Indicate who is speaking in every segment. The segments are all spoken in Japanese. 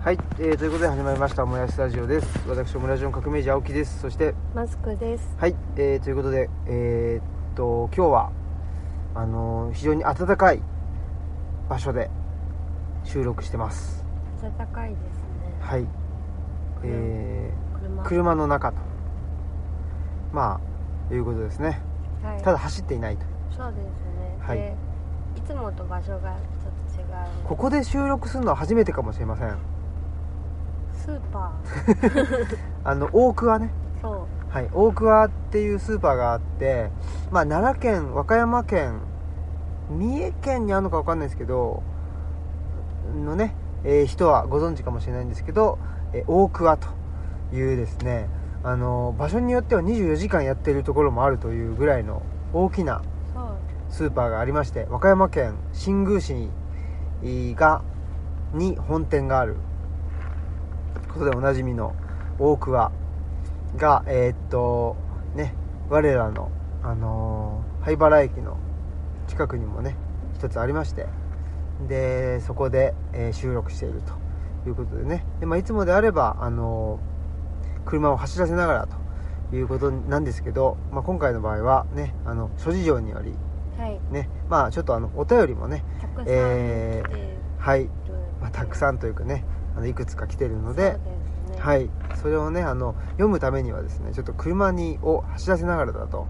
Speaker 1: はい、えーということで始まりましたオムライスラジオです私オムラジオの革命児青木ですそして
Speaker 2: マスクです。
Speaker 1: はい、えーということでえーっと今日はあのー非常に暖かい場所で収録してます
Speaker 2: 暖かいですね。
Speaker 1: はい、え
Speaker 2: 車。
Speaker 1: ー、車の中とまあいうことですね
Speaker 2: はい。
Speaker 1: ただ走っていないと
Speaker 2: そうですね。
Speaker 1: はい
Speaker 2: で、いつもと場所がちょっと違う。
Speaker 1: ここで収録するのは初めてかもしれません
Speaker 2: スーパー。
Speaker 1: あの大桑ね
Speaker 2: そう。
Speaker 1: はい、大桑っていうスーパーがあって、まあ、奈良県和歌山県三重県にあるのか分かんないですけどのね、えー人はご存知かもしれないんですけど、えー大桑というですね、あのー場所によっては24時間やってるところもあるというぐらいの大きな
Speaker 2: そう。
Speaker 1: スーパーがありまして和歌山県新宮市にえーがに本店があることでおなじみの大桑がえーっとね我らの、あのー灰原駅の近くにもね一つありましてでそこで、えー収録しているということでねで、まあ、いつもであれば、あのー車を走らせながらということなんですけど、まあ、今回の場合はねあの諸事情により
Speaker 2: はい。
Speaker 1: ねまあちょっとあのお便りもね
Speaker 2: たくさん来てる、
Speaker 1: えーはい、まあ、たく
Speaker 2: ん
Speaker 1: さんというかねあのいくつか来てるの
Speaker 2: そ
Speaker 1: で
Speaker 2: うですね。。
Speaker 1: はいいそれをねあの読むためにはですねちょっと車にを走らせながらだと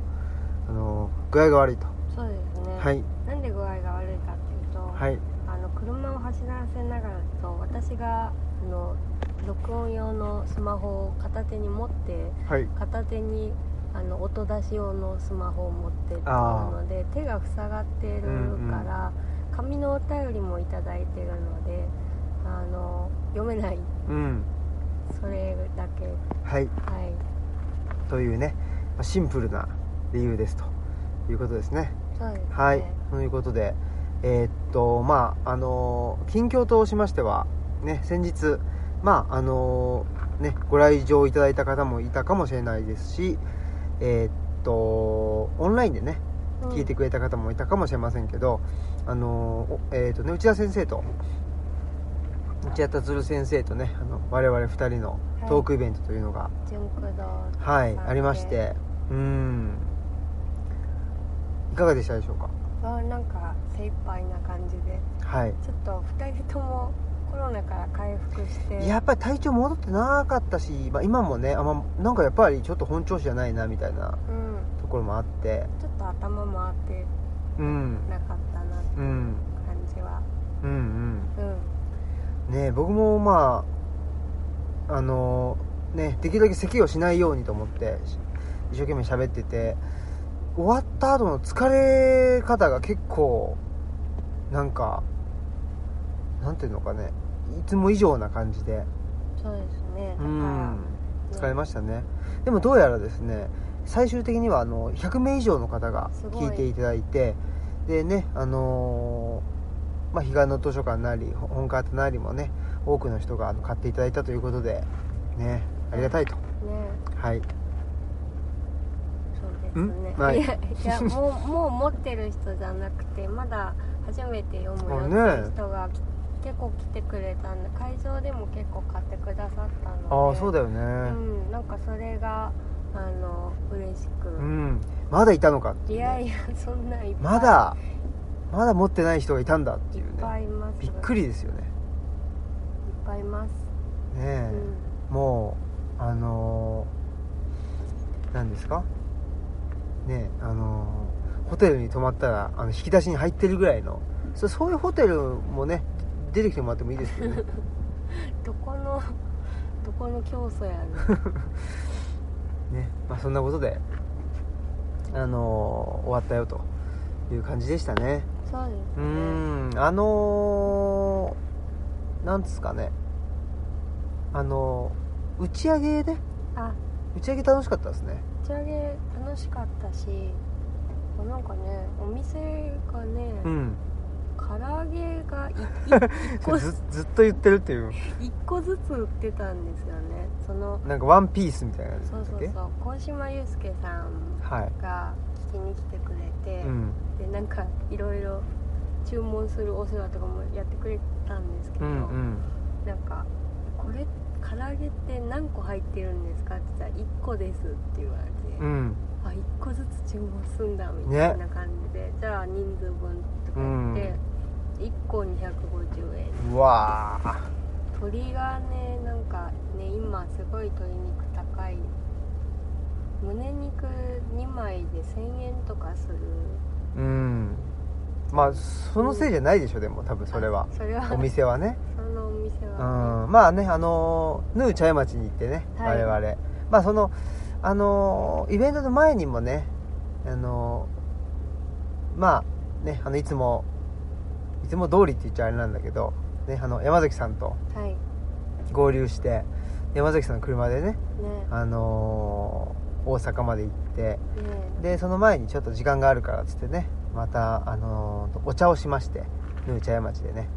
Speaker 1: あの具合が悪いと
Speaker 2: そうですね。
Speaker 1: はい
Speaker 2: なんで具合が悪いかっていうと、
Speaker 1: はい
Speaker 2: あの車を走らせながらと私があの録音用のスマホを片手に持って。
Speaker 1: はい
Speaker 2: 片手にあの音出し用のスマホを持ってる
Speaker 1: あー
Speaker 2: ので手が塞がってるから、紙のお便りもいただいてるのであの読めない
Speaker 1: うん
Speaker 2: それだけ
Speaker 1: はい
Speaker 2: はい
Speaker 1: というねまあシンプルな理由ですということですね
Speaker 2: そうですね
Speaker 1: はい、ということで、えーっと、まあ、あのー近況としましては、ね、先日、まあ、あのーね、ご来場いただいた方もいたかもしれないですし、えーっと、オンラインでね、
Speaker 2: うん
Speaker 1: 聞いてくれた方もいたかもしれませんけど、あのーおえーっとね、内田先生と、内田達郎先生とね、あの、我々二人のトークイベントというのが、
Speaker 2: 純駆動
Speaker 1: はい、
Speaker 2: さんで
Speaker 1: ありまして、うん、いかがでしたでしょうか
Speaker 2: あなんか精一杯な感じで
Speaker 1: はい。
Speaker 2: ちょっと2人ともコロナから回復して
Speaker 1: やっぱり体調戻ってなかったし、まあ、今もねあ、まあなんかやっぱりちょっと本調子じゃないなみたいな
Speaker 2: うん
Speaker 1: ところもあって
Speaker 2: ちょっと頭回って
Speaker 1: うん
Speaker 2: なかったなって
Speaker 1: うんうん
Speaker 2: 感じは
Speaker 1: うん
Speaker 2: うん
Speaker 1: ね僕もまああのねできるだけ咳をしないようにと思ってし一生懸命喋ってて終わった後の疲れ方が結構なんかなんていうのかねいつも以上な感じで
Speaker 2: そうですねだ
Speaker 1: う
Speaker 2: から、
Speaker 1: ん疲れ
Speaker 2: ね
Speaker 1: ましたねでもどうやらですね最終的にはあの100名以上の方が
Speaker 2: すごい
Speaker 1: 聞いていただいてでねあのーまあ、彼岸の図書館なりほ本館なりもね多くの人があの買っていただいたということでねありがたいと
Speaker 2: ね
Speaker 1: はい
Speaker 2: そうですね
Speaker 1: ん。はい
Speaker 2: いやいやもうもう持ってる人じゃなくてまだ初めて読むよって
Speaker 1: あ
Speaker 2: い
Speaker 1: ね
Speaker 2: う人がき結構来てくれたんで会場でも結構買ってくださったので。
Speaker 1: ああそうだよ
Speaker 2: う
Speaker 1: ね
Speaker 2: んなんかそれがあの嬉しく。
Speaker 1: うんまだいたのかってい
Speaker 2: いう
Speaker 1: ね
Speaker 2: やいや そんないっぱい
Speaker 1: まだまだ持ってない人がいたんだって
Speaker 2: い
Speaker 1: い
Speaker 2: っ
Speaker 1: う
Speaker 2: ぱ
Speaker 1: ね
Speaker 2: いいます。
Speaker 1: びっく
Speaker 2: り。
Speaker 1: りですよね
Speaker 2: いっぱいいます。
Speaker 1: ね
Speaker 2: う
Speaker 1: え、
Speaker 2: ん
Speaker 1: もうあのー、何ですかねあのーホテルに泊まったらあの引き出しに入ってるぐらいのそそういうホテルもね出てきてもらってもいいですけどね
Speaker 2: どこの どこの競争やね。
Speaker 1: ね、まあ、そんなことで、あのー終わったよという感じでしたね
Speaker 2: そうですね。
Speaker 1: うーんあのー、なんですかねあのー打ち上げで
Speaker 2: あ
Speaker 1: 打ち上げ楽しかったですね
Speaker 2: 打ち上げ楽しかったしなんかねお店がね、
Speaker 1: うん
Speaker 2: 唐揚げがい
Speaker 1: それずずっと言ってるっていう
Speaker 2: 一個ずつ売ってたんですよねその
Speaker 1: なんかワンピースみたいなやつ
Speaker 2: そ
Speaker 1: だ
Speaker 2: う
Speaker 1: った
Speaker 2: そ
Speaker 1: っ
Speaker 2: う
Speaker 1: け
Speaker 2: そう鴻島祐介さん
Speaker 1: はい、
Speaker 2: が聞きに来てくれて、
Speaker 1: うん
Speaker 2: でなんかいろいろ注文するお世話とかもやってくれたんですけ
Speaker 1: う
Speaker 2: ど、
Speaker 1: んうん
Speaker 2: なんかこれ唐揚げって何個入ってるんですか?」って言ったら「1個です」って言われて、
Speaker 1: うん
Speaker 2: あ1個ずつ注文すんだみたいな感じで、じゃあ人数分とか言って、1個250円
Speaker 1: うわー
Speaker 2: 鶏がねなんかね今すごい鶏肉高い胸肉2枚で1000円とかする
Speaker 1: うんまあそのせいじゃないでしょでも多分それは
Speaker 2: あそれは
Speaker 1: お店はね
Speaker 2: そのお店
Speaker 1: う
Speaker 2: は、
Speaker 1: んまあねあのーヌー茶屋町に行ってね
Speaker 2: はい
Speaker 1: 我々、まあそのあのーイベントの前にもねあのーまあねあのいつもいつも通りって言っちゃあれなんだけど、ね、あの山崎さんと
Speaker 2: ねはいね
Speaker 1: 合流して山崎さんの車でねあのー大阪まで行って
Speaker 2: ね
Speaker 1: でその前にちょっと時間があるからっつってねまた、あのーお茶をしましてヌー茶屋町でね、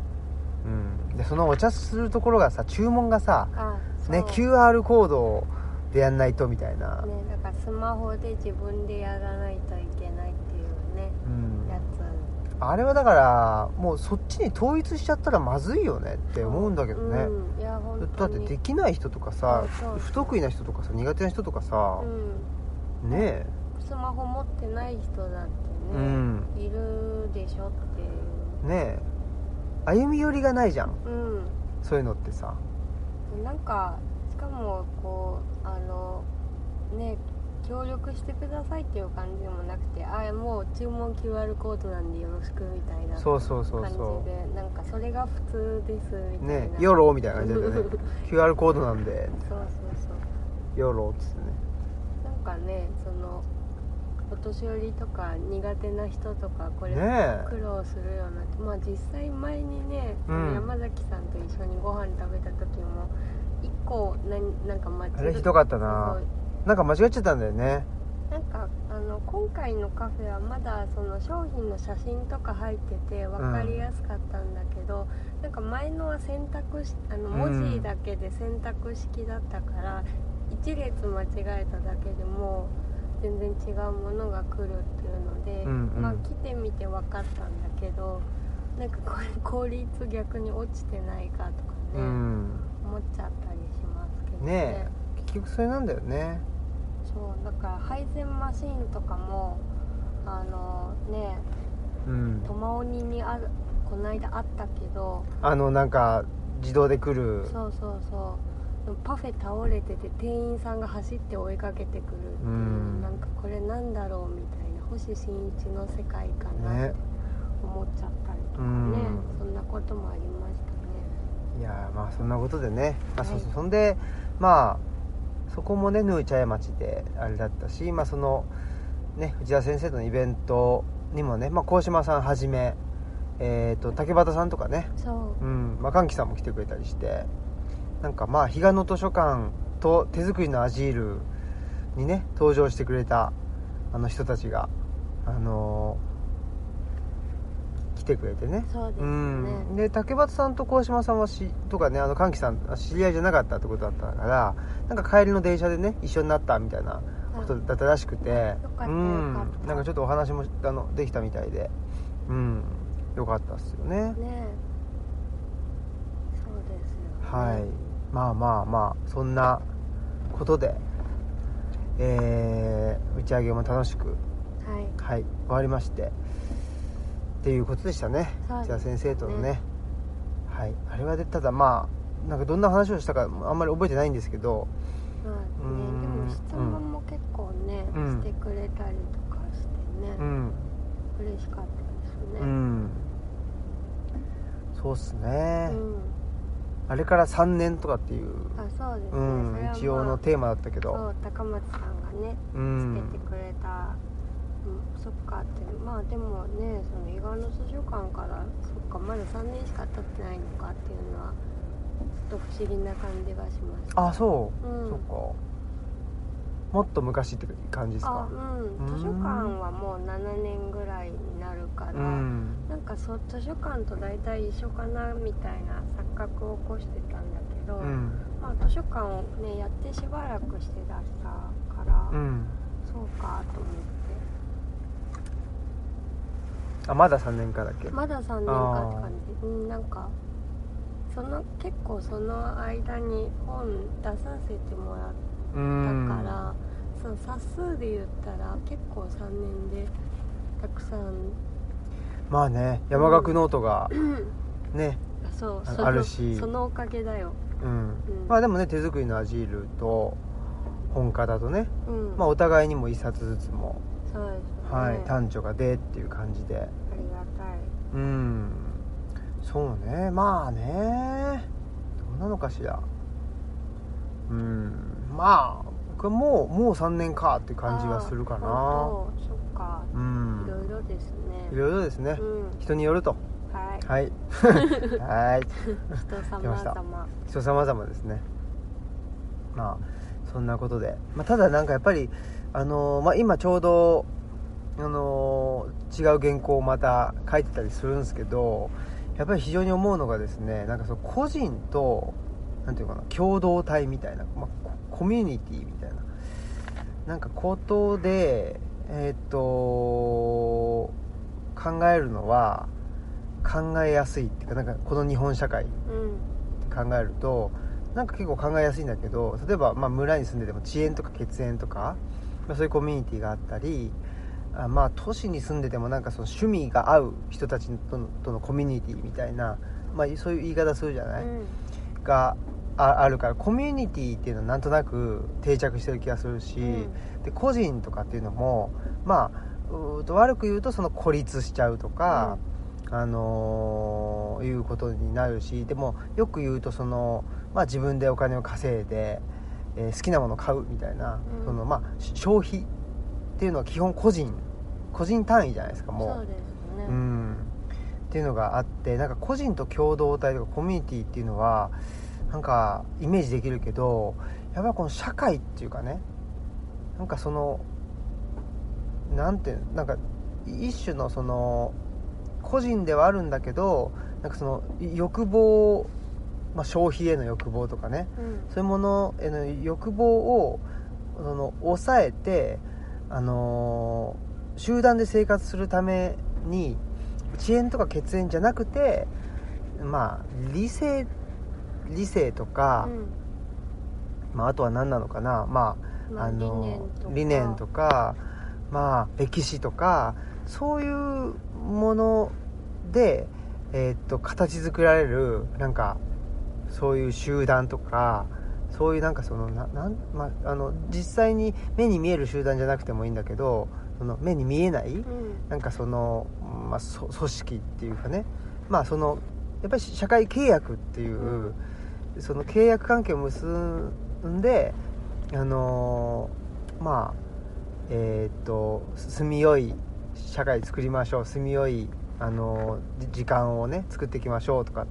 Speaker 1: うん、でそのお茶するところがさ注文がさ、
Speaker 2: あそう
Speaker 1: ね、QR コードでやんないとみたいな、
Speaker 2: ねだからスマホで自分でやらないといけないっていうね
Speaker 1: うん、
Speaker 2: やつ
Speaker 1: あれはだからもうそっちに統一しちゃったらまずいよねって思うんだけどね、
Speaker 2: うん、いや本
Speaker 1: だ
Speaker 2: 当
Speaker 1: って
Speaker 2: に
Speaker 1: できない人とかさ
Speaker 2: そうそう
Speaker 1: 不得意な人とかさ苦手な人とかさ
Speaker 2: う、ん、
Speaker 1: ね
Speaker 2: スマホ持ってない人だって
Speaker 1: え、う
Speaker 2: ね、
Speaker 1: ん、
Speaker 2: いるでしょっていう
Speaker 1: ねえ歩み寄りがないじゃん
Speaker 2: うん
Speaker 1: そういうのってさ
Speaker 2: なんかしかもこうあのね協力してくださいっていう感じでもなくてあもう注文 QR コードなんでよろしくみたいな感
Speaker 1: そうそうそう
Speaker 2: じ
Speaker 1: そ
Speaker 2: でなんかそれが普通です
Speaker 1: う
Speaker 2: みたい
Speaker 1: ねえ
Speaker 2: な
Speaker 1: ヨロみたいな感じだったよね QR コードなんで
Speaker 2: そうそうそう
Speaker 1: ヨロっつってね
Speaker 2: なんかねそのお年寄りとか苦手な人とかこれ
Speaker 1: ね
Speaker 2: 苦労するようなまあ実際前にね、
Speaker 1: うん
Speaker 2: 山崎さんと一緒にご飯食べた時も一個なんなんか間違
Speaker 1: あれひどかったな
Speaker 2: そう
Speaker 1: えなんか間違っちゃったんだよね
Speaker 2: なんかあの今回のカフェはまだその商品の写真とか入ってて分かりやすかったんだけど、なんか前のは選択しあの
Speaker 1: うん
Speaker 2: 文字だけで選択式だったから、一列間違えただけでも全然違うものが来るっていうので、
Speaker 1: うんうん
Speaker 2: まあ、来てみて分かったんだけどなんかこれ効率逆に落ちてないかとかね、
Speaker 1: うん
Speaker 2: 思っちゃったりしますけどね
Speaker 1: ねえ結局それなんだよね
Speaker 2: そうだから配膳マシーンとかもあのね
Speaker 1: うん
Speaker 2: トマオニにあるこの間あったけど
Speaker 1: あのなんか自動で来る
Speaker 2: そうそうそうでもパフェ倒れてて店員さんが走って追いかけてくるってい
Speaker 1: う
Speaker 2: う、
Speaker 1: ん
Speaker 2: なんかこれなんだろうみたいな星新一の世界かなっ
Speaker 1: ね
Speaker 2: て思っちゃったりと
Speaker 1: う
Speaker 2: かね
Speaker 1: ん
Speaker 2: そんなこともありましたね
Speaker 1: いやーまあそんなことでね、まあ、
Speaker 2: はい
Speaker 1: そうそうそんでまあそこもねヌー茶屋町であれだったし、まあ、そのね藤田先生とのイベントにもね、まあ、鴻島さんはじめ、えー、と竹俣さんとかね、
Speaker 2: そ
Speaker 1: う
Speaker 2: う
Speaker 1: んまあ、歓喜さんも来てくれたりしてなんかまあ彼岸の図書館と手作りのアジールにね登場してくれたあの人たちが、あのー来てくれてね
Speaker 2: そうです
Speaker 1: う
Speaker 2: ね、
Speaker 1: ん、で竹俣さんと鴻島さんはしとかねあの歓喜さんあ知り合いじゃなかったってことだったからなんか帰りの電車でね一緒になったみたいなことだったらしくて
Speaker 2: よか
Speaker 1: う
Speaker 2: ったよか
Speaker 1: ん
Speaker 2: った
Speaker 1: なんかちょっとお話もあのできたみたいでうんよかったっすよね
Speaker 2: ねえそうですよね、
Speaker 1: はいまあまあまあそんなことでえー打ち上げも楽しく
Speaker 2: はい
Speaker 1: はい終わりましてっていうことでしたね
Speaker 2: そう
Speaker 1: じ
Speaker 2: で
Speaker 1: ゃあ
Speaker 2: すね
Speaker 1: 先生とのねはいあれはでただまあなんかどんな話をしたかあんまり覚えてないんですけど
Speaker 2: まあね、
Speaker 1: うーん
Speaker 2: でも質問も結構ね、
Speaker 1: うん
Speaker 2: してくれたりとかしてね、
Speaker 1: うん
Speaker 2: 嬉しかったです
Speaker 1: う
Speaker 2: ね。
Speaker 1: んそうっす
Speaker 2: う
Speaker 1: ね、
Speaker 2: ん、
Speaker 1: あれから3年とかっていう、
Speaker 2: あ、そうですね。
Speaker 1: うん
Speaker 2: それはまあ
Speaker 1: 一応のテーマだったけ
Speaker 2: そ
Speaker 1: ど
Speaker 2: う、高松さんがね、
Speaker 1: う
Speaker 2: つ
Speaker 1: ん
Speaker 2: けてくれた。うん、そっかって、まあ、でもね、その伊賀の図書館から、そっか、まだ三年しか経ってないのかっていうのは。ちょっと不思議な感じがしました。
Speaker 1: あそうう、
Speaker 2: ん
Speaker 1: そっかもっと昔って感じです
Speaker 2: あ
Speaker 1: か、
Speaker 2: うん、図書館はもう七年ぐらいになるから。
Speaker 1: うん
Speaker 2: なんかそう図書館と大体一緒かなみたいな錯覚を起こしてたんだけど、
Speaker 1: うん
Speaker 2: まあ、図書館をねやってしばらくしてだったから、
Speaker 1: うん
Speaker 2: そうかと思っ
Speaker 1: あまだ3年かだっけ
Speaker 2: てまだ3年かって感じうんなんかその結構その間に本出させてもらっ
Speaker 1: う
Speaker 2: た
Speaker 1: ん
Speaker 2: から、その冊数で言ったら結構3年でたくさん
Speaker 1: まあね山岳ノートがね、
Speaker 2: そう
Speaker 1: あ
Speaker 2: その
Speaker 1: あるし
Speaker 2: そのおかげだよ、
Speaker 1: うん
Speaker 2: うん
Speaker 1: まあでもね手作りのアジールと本家だとね、
Speaker 2: うん
Speaker 1: まあ、お互いにも1冊ずつも、
Speaker 2: そうですね、
Speaker 1: はい、
Speaker 2: あ
Speaker 1: 短調がでっていう感じで
Speaker 2: りがたい
Speaker 1: うんそうねまあねどうなのかしらうんまあ僕はもうもう3年かっていう感じはするか
Speaker 2: あー
Speaker 1: な
Speaker 2: 本当そっか
Speaker 1: うん
Speaker 2: いろいろです
Speaker 1: い
Speaker 2: ね
Speaker 1: ろいろですね
Speaker 2: うん
Speaker 1: 人によると
Speaker 2: はい
Speaker 1: はいはい
Speaker 2: 人
Speaker 1: 出ま
Speaker 2: 様
Speaker 1: した
Speaker 2: 様
Speaker 1: 人様々ですねまあそんなことで、まあ、ただなんかやっぱり、あのーまあ、今ちょうど、あのー違う原稿をまた書いてたりするんですけどやっぱり非常に思うのがですねなんかその個人となんていうのかな共同体みたいな、まあコ、コミュニティみたいななんかことでえーっと考えるのは考えやすいっていうかなんかこの日本社会
Speaker 2: うん
Speaker 1: 考えるとなんか結構考えやすいんだけど例えばまあ村に住んでても遅延とか血縁とか、まあ、そういうコミュニティがあったりあまあ都市に住んでてもなんかその趣味が合う人たちとのとのコミュニティみたいな、まあ、そういう言い方するじゃない、
Speaker 2: うん
Speaker 1: がああるからコミュニティっていうのはなんとなく定着してる気がするし、
Speaker 2: うん
Speaker 1: で個人とかっていうのもまあうーと悪く言うとその孤立しちゃうとか、あのーいうことになるしでもよく言うとその、まあ、自分でお金を稼いで、えー好きなものを買うみたいな、
Speaker 2: うん
Speaker 1: そのまあ、し消費っていうのは基本個人個人単位じゃないですかもう。
Speaker 2: そうですね、
Speaker 1: うん、っていうのがあってなんか個人と共同体とかコミュニティっていうのはなんかイメージできるけどやっぱりこの社会っていうかねなんかそのなんていうなんか一種のその個人ではあるんだけどなんかその欲望、まあ、消費への欲望とかね
Speaker 2: うん
Speaker 1: そういうものへの欲望をその抑えて、あのー集団で生活するために遅延とか血縁じゃなくてまあ理性理性とか、
Speaker 2: うん
Speaker 1: まあ、あとは何なのかな、まあ
Speaker 2: まあ
Speaker 1: あのー理
Speaker 2: 理
Speaker 1: 念
Speaker 2: 念
Speaker 1: と
Speaker 2: とか
Speaker 1: か、まあ、歴史とかそういうもので、えーっと形作られるなんかそういう集団とかそういうなんかそのななん、まあ、あの実際に目に見える集団じゃなくてもいいんだけどその目に見えない
Speaker 2: うん
Speaker 1: なんかその、まあ、そ組織っていうかねまあそのやっぱり社会契約っていう、その契約関係を結んであのーまあえーっと住みよい社会作りましょう住みよい、あのーじ時間をね作っていきましょうとか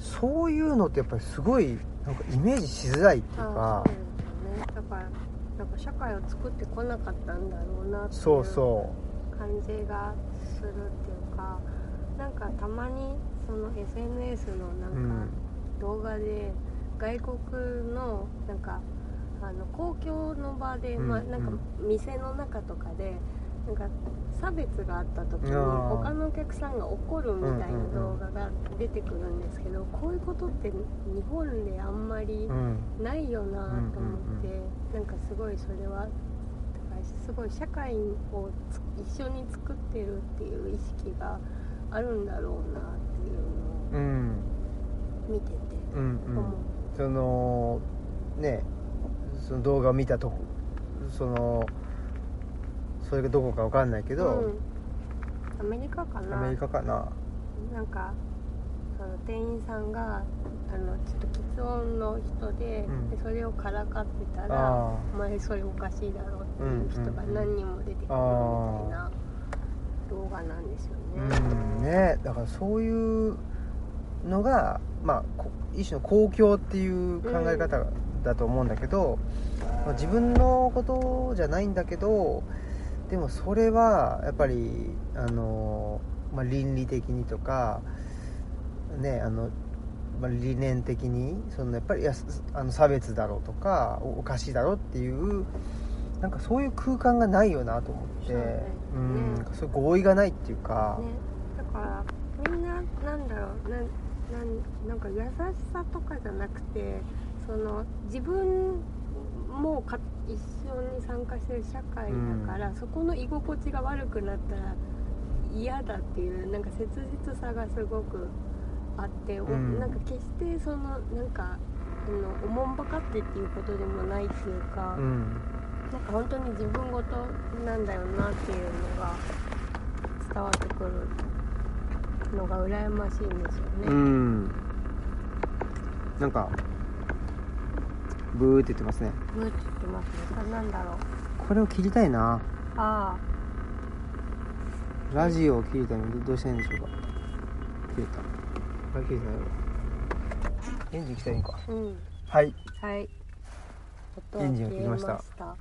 Speaker 1: そういうのってやっぱりすごいなんかイメージしづらいっていう
Speaker 2: あ
Speaker 1: か
Speaker 2: あそうですよねだからなんか社会を作ってこなかったんだろうなってい
Speaker 1: そう
Speaker 2: う
Speaker 1: そ
Speaker 2: 感じがするっていうかなんかたまにその SNS のな
Speaker 1: ううんん
Speaker 2: か動画で外国のなんかあの公共の場で、
Speaker 1: うん
Speaker 2: まあ、なんか
Speaker 1: うん
Speaker 2: 店の中とかでなんか差別があった時に
Speaker 1: あー
Speaker 2: 他のお客さんが怒るみたいな動画が出てくるんですけどこういうことって日本であんまり
Speaker 1: うん
Speaker 2: ないよなと思って、
Speaker 1: うん
Speaker 2: なんかすごいそれはだからすごい社会をつ一緒に作ってるっていう意識があるんだろうなっていうの
Speaker 1: うん
Speaker 2: を見てて
Speaker 1: うんう
Speaker 2: 思
Speaker 1: ん
Speaker 2: う、
Speaker 1: そのねその動画を見たとこそのそれがどこかわかんないけど、
Speaker 2: うんアメリカか
Speaker 1: ア
Speaker 2: な
Speaker 1: メリカかな
Speaker 2: なんかあの店員さんがあのちょっと喫音の人で,、
Speaker 1: うん
Speaker 2: でそれをからかってたら
Speaker 1: あ
Speaker 2: 「お前それおかしいだろ」っていう人が何人も出てくるみたいな動画なんですよね。
Speaker 1: あうんねだからそういうのがまあこ一種の公共っていう考え方だと思うんだけど、まあ自分のことじゃないんだけどでもそれはやっぱりあの、まあ、倫理的にとかねあの、まあ、理念的にそのやっぱりいやすあの差別だろうとかおおかしいだろうっていうなんかそういう空間がないよなと思って
Speaker 2: そうだよね
Speaker 1: うんなんかそういう合意がないっていうか、
Speaker 2: ね、だからみんななんだろうなんなんなんか優しさとかじゃなくてその自分もか一緒に参加してる社会だから、そこの居心地が悪くなったら嫌だっていうなんか切実さがすごくあって、お
Speaker 1: うん
Speaker 2: なんか決してそのなんかあのおもんばかってっていうことでもないっていうか。
Speaker 1: うん
Speaker 2: なんか本当に自分ごとなんだよなっていうのが伝わってくるのが羨ましいんですよね。
Speaker 1: うんなんかブーって言ってますね
Speaker 2: ブーって言ってますね。これなんだろう。
Speaker 1: これを切りたいな
Speaker 2: あ
Speaker 1: ラジオを切りたいのにどどうしたらいいんでしょうか切れたあれ切れてないわエンジン来たらいいんか
Speaker 2: あ、うん。
Speaker 1: はい
Speaker 2: はい。音は
Speaker 1: エンジンが切りました
Speaker 2: 消えた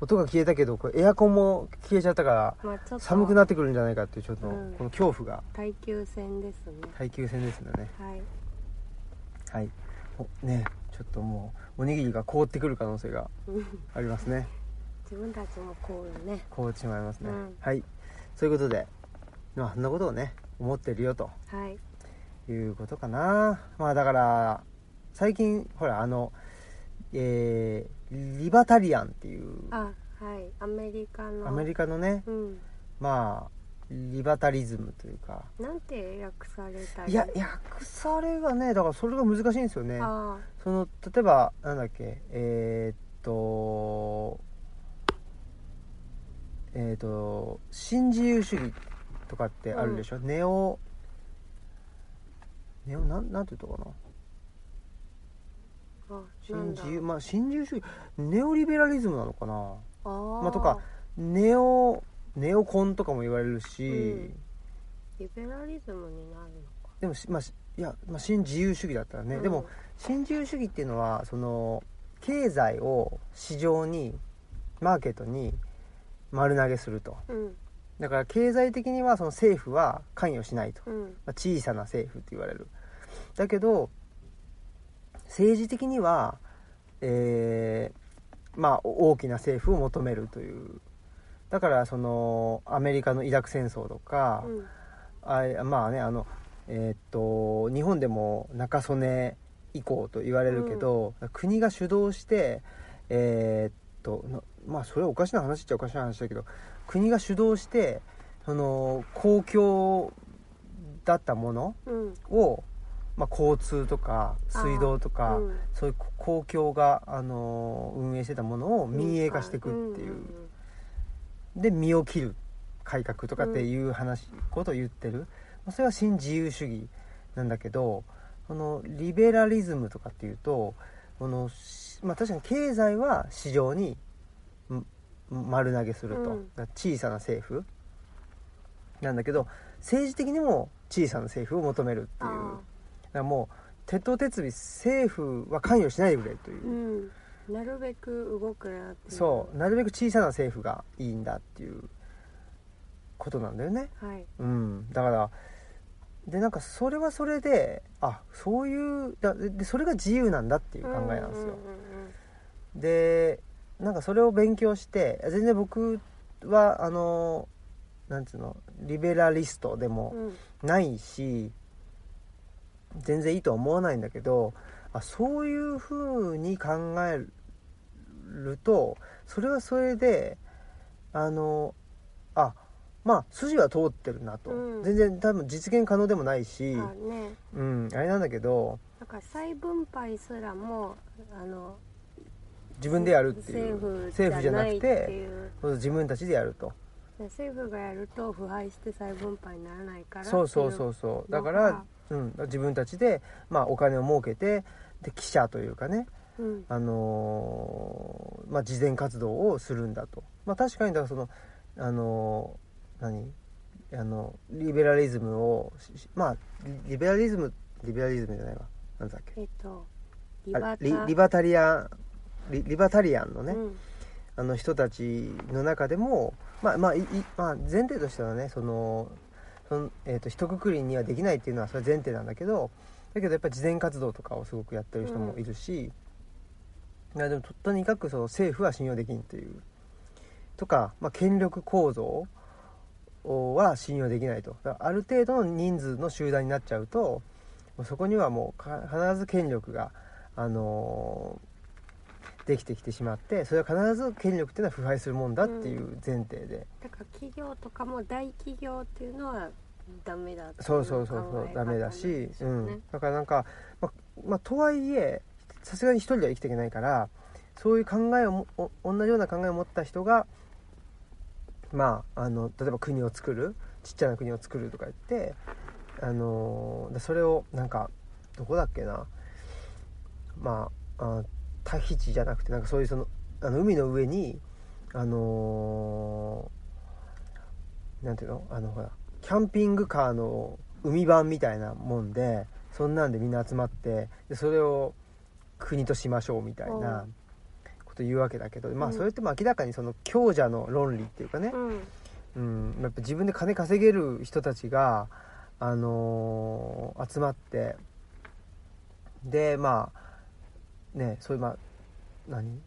Speaker 1: 音が消えたけどこれエアコンも消えちゃったから
Speaker 2: まあちょっと
Speaker 1: 寒くなってくるんじゃないかっていうちょっと
Speaker 2: うん
Speaker 1: この恐怖が
Speaker 2: 耐久戦ですね。
Speaker 1: 耐久戦ですよね
Speaker 2: はい。
Speaker 1: はいおねちょっともうおにぎりが凍ってくる可能性が
Speaker 2: うん
Speaker 1: ありますね
Speaker 2: 自分たちもこうよね。
Speaker 1: 凍ってしまいますね、
Speaker 2: うん
Speaker 1: はいそういうことでまあそんなことをね思ってるよと
Speaker 2: はい。
Speaker 1: いうことかなまあだから最近ほらあのえーリバタリアンっていう
Speaker 2: あ、はい。アメリカの。
Speaker 1: アメリカのね
Speaker 2: うん。
Speaker 1: まあリバタリズムというか
Speaker 2: なんて訳されたり。
Speaker 1: いや訳されがねだからそれが難しいんですよね
Speaker 2: あ
Speaker 1: その例えばなんだっけえーっとえーっと新自由主義とかってあるでしょ、ネオネオなんなんて言うとかな
Speaker 2: あ。
Speaker 1: 新自由
Speaker 2: 由。
Speaker 1: まあ新自由主義ネオリベラリズムなのかな
Speaker 2: あ
Speaker 1: ま
Speaker 2: ー
Speaker 1: あとかネオネオコンとかも言われるし、
Speaker 2: うんリベラリズムになるのか。
Speaker 1: でもしまあしいや、まあ、新自由主義だったらね、でも新自由主義っていうのはその経済を市場にマーケットに丸投げすると
Speaker 2: うん、
Speaker 1: だから経済的にはその政府は関与しないと、
Speaker 2: う
Speaker 1: ま
Speaker 2: ん、
Speaker 1: あ、小さな政府って言われるだけど政治的にはえーまあ大きな政府を求めるというだからそのアメリカのイラク戦争とか、
Speaker 2: うん、
Speaker 1: あまあねあのえーっと日本でも中曽根以降と言われるけど、国が主導してえーっとなまあそれはおかしな話っちゃおかしな話だけど国が主導してその公共だったもの
Speaker 2: うん、
Speaker 1: を、まあ、交通とか水道とか、
Speaker 2: うん
Speaker 1: そういう公共が、あの運営してたものを民営化していくっていう、
Speaker 2: ん
Speaker 1: で身を切る改革とかっていう話、ことを言ってるそれは新自由主義なんだけどそのリベラリズムとかっていうとこの、しまあ、確かに経済は市場にん丸投げすると、
Speaker 2: うん
Speaker 1: だから小さな政府なんだけど政治的にも小さな政府を求めるっていうだ
Speaker 2: あ
Speaker 1: からもう鉄頭鉄尾政府は関与しないでくれという
Speaker 2: ー、うん、なるべく動くなっていう
Speaker 1: そうなるべく小さな政府がいいんだっていうことなんだよね
Speaker 2: はい
Speaker 1: うんだからでなんかそれはそれであそういうだでそれが自由なんだっていう考えなんですよ、でなんかそれを勉強して全然僕はあのなんていうのリベラリストで
Speaker 2: う
Speaker 1: も
Speaker 2: んうんうんうん
Speaker 1: ないし全然いいとは思わないんだけどあそういうふうに考えるとそれはそれであのあまあ筋は通ってるなと、
Speaker 2: うん
Speaker 1: 全然多分実現可能でもないし、
Speaker 2: あね
Speaker 1: うん、あれなんだけど
Speaker 2: なんか再分配すらもあの
Speaker 1: 自分でやるっていう
Speaker 2: 政府じゃないっていう
Speaker 1: そう自分たちでやると
Speaker 2: 政府がやると腐敗して再分配にならないから
Speaker 1: そうそうそううそう
Speaker 2: な
Speaker 1: だ
Speaker 2: んか
Speaker 1: から、うん、自分たちで、まあ、お金を儲けてで記者というかね
Speaker 2: う、うん、
Speaker 1: あのーまあ、慈善活動をするんだと、まあ、確かにだからその、あのー何あのリベラリズムをししまあリリベラリズムリベラリズムじゃないわなんだっけ
Speaker 2: えっとリ
Speaker 1: あ
Speaker 2: バタ
Speaker 1: リリバタリアンリリバタリアンのね、
Speaker 2: うん
Speaker 1: あの人たちの中でも、まあまあいいまあ、前提としてはねそのその、えー、と一括りにはできないっていうのはそれは前提なんだけどだけどやっぱり慈善活動とかをすごくやってる人もいるし、いやでもととにかくその政府は信用できんというとか、まあ、権力構造は信用できないとだからある程度の人数の集団になっちゃうともうそこにはもうか必ず権力が、あのーできてきてしまってそれは必ず権力っていうのは腐敗するもんだっていう前提で、
Speaker 2: だから企業とかも大企業っていうのはダメだってい
Speaker 1: そうそうそうそう
Speaker 2: 考え
Speaker 1: ダ
Speaker 2: 方
Speaker 1: メだし、
Speaker 2: なんでし
Speaker 1: う
Speaker 2: ょね
Speaker 1: ん、だからなんか、ままあとはいえさすがに一人では生きていけないからそういう考えをもお同じような考えを持った人がまああの例えば国を作るちっちゃな国を作るとか言って、あのーでそれをなんかどこだっけなまああタヒチじゃなくてなんかそういうそのあの海の上にあのーなんていうのあのほらキャンピングカーの海版みたいなもんでそんなんでみんな集まってでそれを国としましょうみたいな
Speaker 2: うん
Speaker 1: こと言うわけだけど、ま
Speaker 2: う
Speaker 1: あ
Speaker 2: ん
Speaker 1: それっても明らかにその強者の論理っていうかね、
Speaker 2: うん
Speaker 1: うん、やっぱ自分で金稼げる人たちが、あのー集まってでまあねそういうまあ何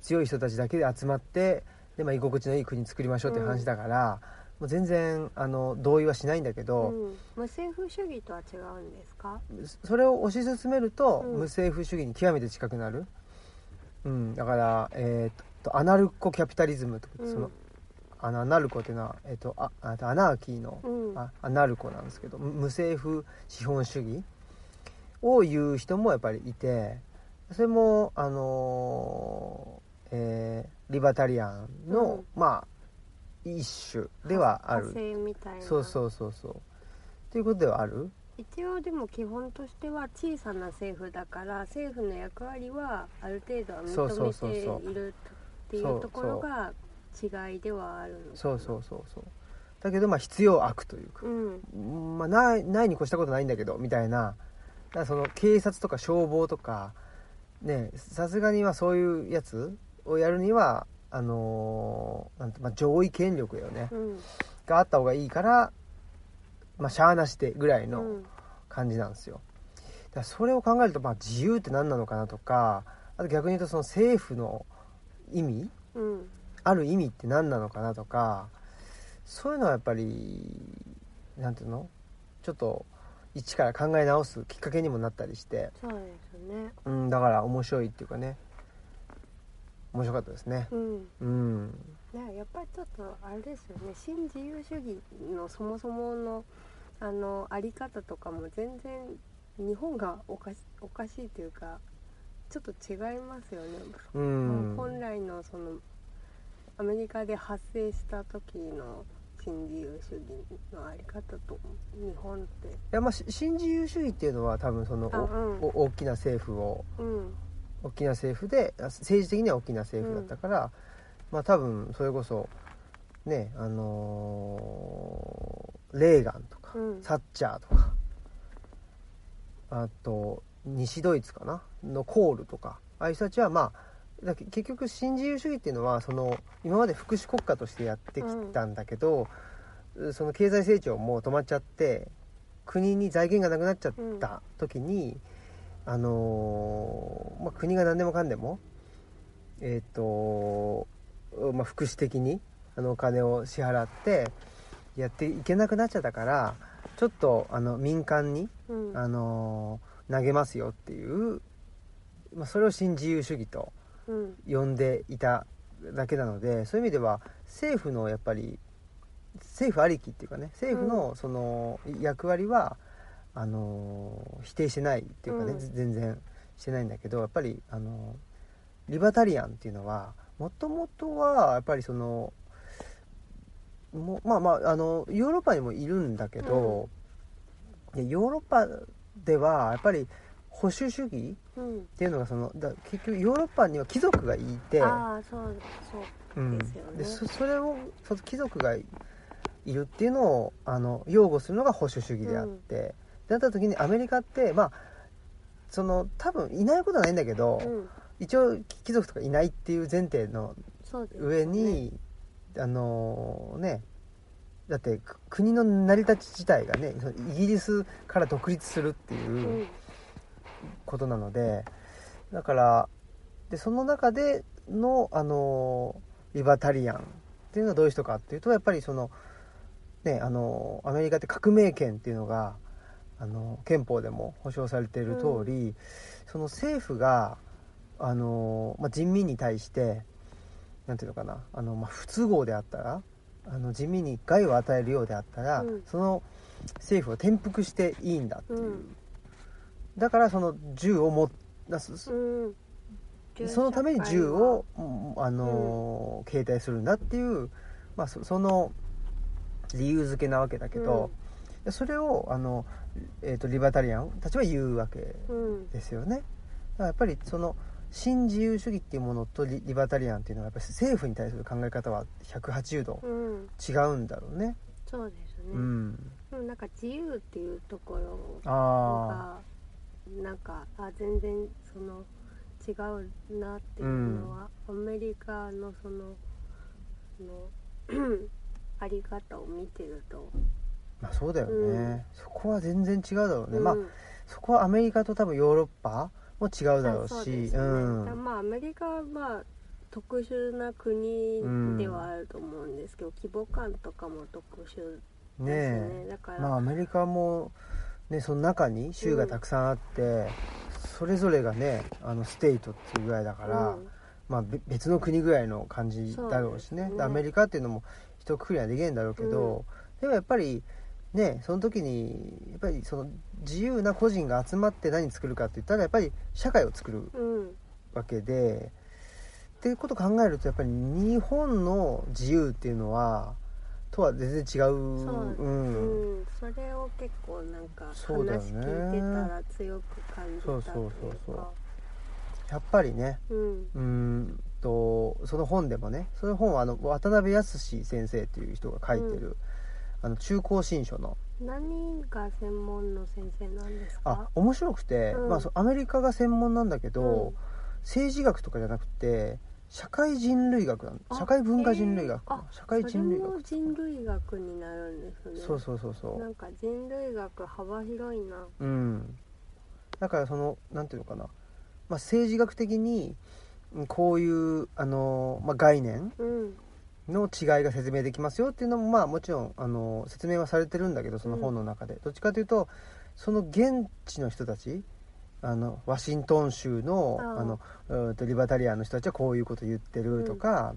Speaker 1: 強い人たちだけで集まってで、まあ、居心地のいい国作りましょうっていう話だから、もう全然あの同意はしないんだけど、
Speaker 2: うん、無政府主義とは違うんですか
Speaker 1: それを推し進めると、
Speaker 2: うん
Speaker 1: 無政府主義に極めて近くなる、うん、だから、えーっとアナルコキャピタリズムとかってその、
Speaker 2: うん
Speaker 1: あのアナルコっていうのは、えーっとああとアナーキーの、
Speaker 2: うん
Speaker 1: あアナルコなんですけどむ無政府資本主義を言う人もやっぱりいてそれもあのーえーリバタリアンの、まあ一種ではあ
Speaker 2: 派
Speaker 1: る
Speaker 2: 生みたいな
Speaker 1: そうそうそうそうということではある
Speaker 2: 一応でも基本としては小さな政府だから政府の役割はある程度は
Speaker 1: そうそ
Speaker 2: 認
Speaker 1: うそう
Speaker 2: め
Speaker 1: そう
Speaker 2: ているっていうところが違いではあるのかな
Speaker 1: そうそうそうそうだけどまあ必要悪というか
Speaker 2: う、ん
Speaker 1: うんまあ、ないないに越したことないんだけどみたいなだからその警察とか消防とかねさすがにはそういうやつをやるにはあのーなんてまあ、上位権力だよね
Speaker 2: うん
Speaker 1: があった方がいいから、まあ、しゃあなしでぐらいうの
Speaker 2: ん
Speaker 1: 感じなんですよだからそれを考えると、まあ、自由って何なのかなとかあと逆に言うとその政府の意味
Speaker 2: うん
Speaker 1: ある意味って何なのかなとかそういうのはやっぱりなんていうのちょっと一から考え直すきっかけにもなったりして、
Speaker 2: そうですね
Speaker 1: うん、だから面白いっていうかね面白かったですね
Speaker 2: うん
Speaker 1: うん
Speaker 2: ねやっぱりちょっとあれですよね新自由主義のそもそものあのあり方とかも全然日本がおかしおかしいというかちょっと違いますよね、
Speaker 1: う
Speaker 2: もうん本来のそのアメリカで発生した時の新自由主義のあり方と日本って
Speaker 1: いやまあし新自由主義っていうのは多分その
Speaker 2: あうん
Speaker 1: おお大きな政府を
Speaker 2: うん
Speaker 1: 大きな政府であ政治的には大きな政府だったから、まあ多分それこそねあのーレーガンとか、
Speaker 2: うん
Speaker 1: サッチャーとかあと西ドイツかなのコールとかああいう人たちはまあだけ結局新自由主義っていうのはその今まで福祉国家としてやってきたんだけど、その経済成長も止まっちゃって国に財源がなくなっちゃった時に、あのーまあ、国が何でもかんでもえっ、と、まあ、福祉的にあのお金を支払ってやっていけなくなっちゃったからちょっとあの民間に、
Speaker 2: うん
Speaker 1: あのー投げますよっていう、まあ、それを新自由主義と
Speaker 2: うん
Speaker 1: 呼んでいただけなのでそういう意味では政府のやっぱり政府ありきっていうかね政府のその役割は、あのー否定してないっていうかね、
Speaker 2: うん
Speaker 1: 全然してないんだけどやっぱり、あのーリバタリアンっていうのはもともとはやっぱりそのもまあまああのヨーロッパにもいるんだけど、でヨーロッパではやっぱり保守主義、
Speaker 2: うん
Speaker 1: っていうのがそのだ結局ヨーロッパには貴族がいて、
Speaker 2: ああそうそう
Speaker 1: うん
Speaker 2: ですよね
Speaker 1: でそそれをその貴族がいるっていうのをあの擁護するのが保守主義であって、でなった時にアメリカってまあその多分いないことはないんだけど、
Speaker 2: うん
Speaker 1: 一応貴族とかいないっていう前提の
Speaker 2: そうですよね
Speaker 1: 上に、あのねだってく国の成り立ち自体がねそのイギリスから独立するっていう。
Speaker 2: うん
Speaker 1: ことなのでだからでその中での、あのリバタリアンっていうのはどういう人かっていうとやっぱりそのねあのアメリカって革命権っていうのがあの憲法でも保障されている通り、その政府があの、まあ、人民に対してなんていうのかなあの、まあ、不都合であったらあの人民に害を与えるようであったら、
Speaker 2: うん
Speaker 1: その政府は転覆していいんだっていう、
Speaker 2: うん
Speaker 1: だからその銃を持っだそそ
Speaker 2: うん
Speaker 1: そのために銃を、うんあのー携帯するんだっていう、まあ、そその理由付けなわけだけど、でそれをあの、えー、とリバタリアンたちは言うわけ
Speaker 2: うん
Speaker 1: ですよね。だからやっぱりその新自由主義っていうものとリリバタリアンっていうのはやっぱり政府に対する考え方は180度
Speaker 2: うん
Speaker 1: 違うんだろうね。
Speaker 2: そうですね、
Speaker 1: うん、
Speaker 2: でもなんか自由っていうところ
Speaker 1: あ
Speaker 2: がなんかあ全然その違うなっていうのは、アメリカのそのあの あり方を見てると、
Speaker 1: ー、まあ、そうだよね、
Speaker 2: うん
Speaker 1: そこは全然違うだろうね、
Speaker 2: うん
Speaker 1: まあそこはアメリカと多分ヨーロッパも違うだろうし
Speaker 2: あそうですね
Speaker 1: ん、
Speaker 2: だまあアメリカはまあ特殊な国ではあると思うんですけど、規模感とかも特殊です
Speaker 1: ね
Speaker 2: ね
Speaker 1: え
Speaker 2: だから、
Speaker 1: まあアメリカも、ね、その中に州がたくさんあって、それぞれがねあのステイトっていうぐらいだから、
Speaker 2: うん
Speaker 1: まあ、べ別の国ぐらいの感じだろうし
Speaker 2: そう
Speaker 1: ね
Speaker 2: ですね
Speaker 1: アメリカっていうのも一括りにはできないんだろうけど、でもやっぱりねその時にやっぱりその自由な個人が集まって何作るかって言ったらやっぱり社会を作る
Speaker 2: うん
Speaker 1: わけでっていうことを考えるとやっぱり日本の自由っていうのはとは全然違う
Speaker 2: そ
Speaker 1: う
Speaker 2: ううんん、それを結構なんか
Speaker 1: そうだよね
Speaker 2: 話聞いてたら強く感じたというか
Speaker 1: そうそうそうやっぱりね
Speaker 2: うん
Speaker 1: うーんとその本でもねその本はあの渡辺康先生という人が書いてる、あの中高新書の
Speaker 2: 何が専門の先生なんです
Speaker 1: あ
Speaker 2: か
Speaker 1: 面白くて、
Speaker 2: うん
Speaker 1: まあ、そうアメリカが専門なんだけど、
Speaker 2: うん
Speaker 1: 政治学とかじゃなくて社会人類学なの
Speaker 2: あ
Speaker 1: 社会文化人類学かな、
Speaker 2: え
Speaker 1: 社会
Speaker 2: それ
Speaker 1: 人類学
Speaker 2: も人類学になるんですね
Speaker 1: そうそうそうそう
Speaker 2: なんか人類学幅広いな
Speaker 1: うん、だからそのなんていうのかな、まあ、政治学的にうんこういうあの、まあ、概念
Speaker 2: うん
Speaker 1: の違いが説明できますよっていうのもまあもちろんあの説明はされてるんだけどその本の中で、どっちかというとその現地の人たちあのワシントン州の
Speaker 2: あー
Speaker 1: あのうーんとリバタリアンの人たちはこういうこと言ってるとか、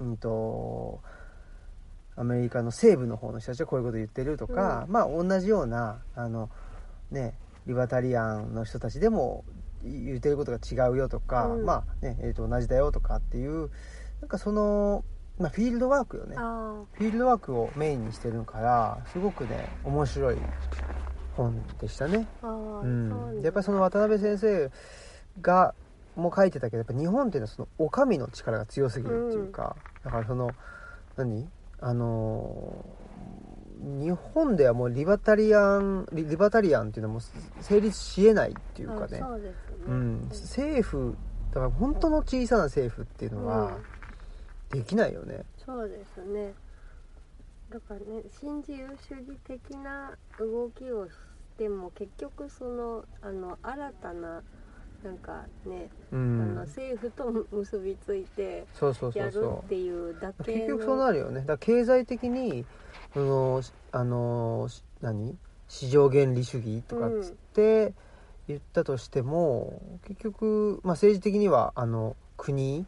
Speaker 1: うん、とアメリカの西部の方の人たちはこういうこと言ってるとか、
Speaker 2: う
Speaker 1: まあ同じようなあの、ね、リバタリアンの人たちでも言ってることが違うよとか、
Speaker 2: うん
Speaker 1: まあねえーと同じだよとかっていうなんかその、まあ、フィールドワークよね
Speaker 2: あ
Speaker 1: フィールドワークをメインにしてるからすごくね面白い本でしたね。
Speaker 2: ーあー、
Speaker 1: うん
Speaker 2: そうなんだ
Speaker 1: やっぱりその渡辺先生がも書いてたけどやっぱ日本っていうのはそのお上の力が強すぎるっていうか、だからその何あのー日本ではもうリバタリアンリリバタリアンっていうのはもう成立しえないっていうかね
Speaker 2: あそうですね
Speaker 1: うん、政府だから本当の小さな政府っていうのはできないよね。
Speaker 2: そうですねだからね新自由主義的な動きをしても結局そのあの新たななんかね、
Speaker 1: う
Speaker 2: あの
Speaker 1: ん、
Speaker 2: 政府と結びついて
Speaker 1: そうそうそ
Speaker 2: や
Speaker 1: うそ
Speaker 2: る
Speaker 1: う
Speaker 2: っていうだけの
Speaker 1: 結局そうなるよねだから経済的にそのしあのし何市場原理主義とかっつって言ったとしても、結局、まあ、政治的にはあの国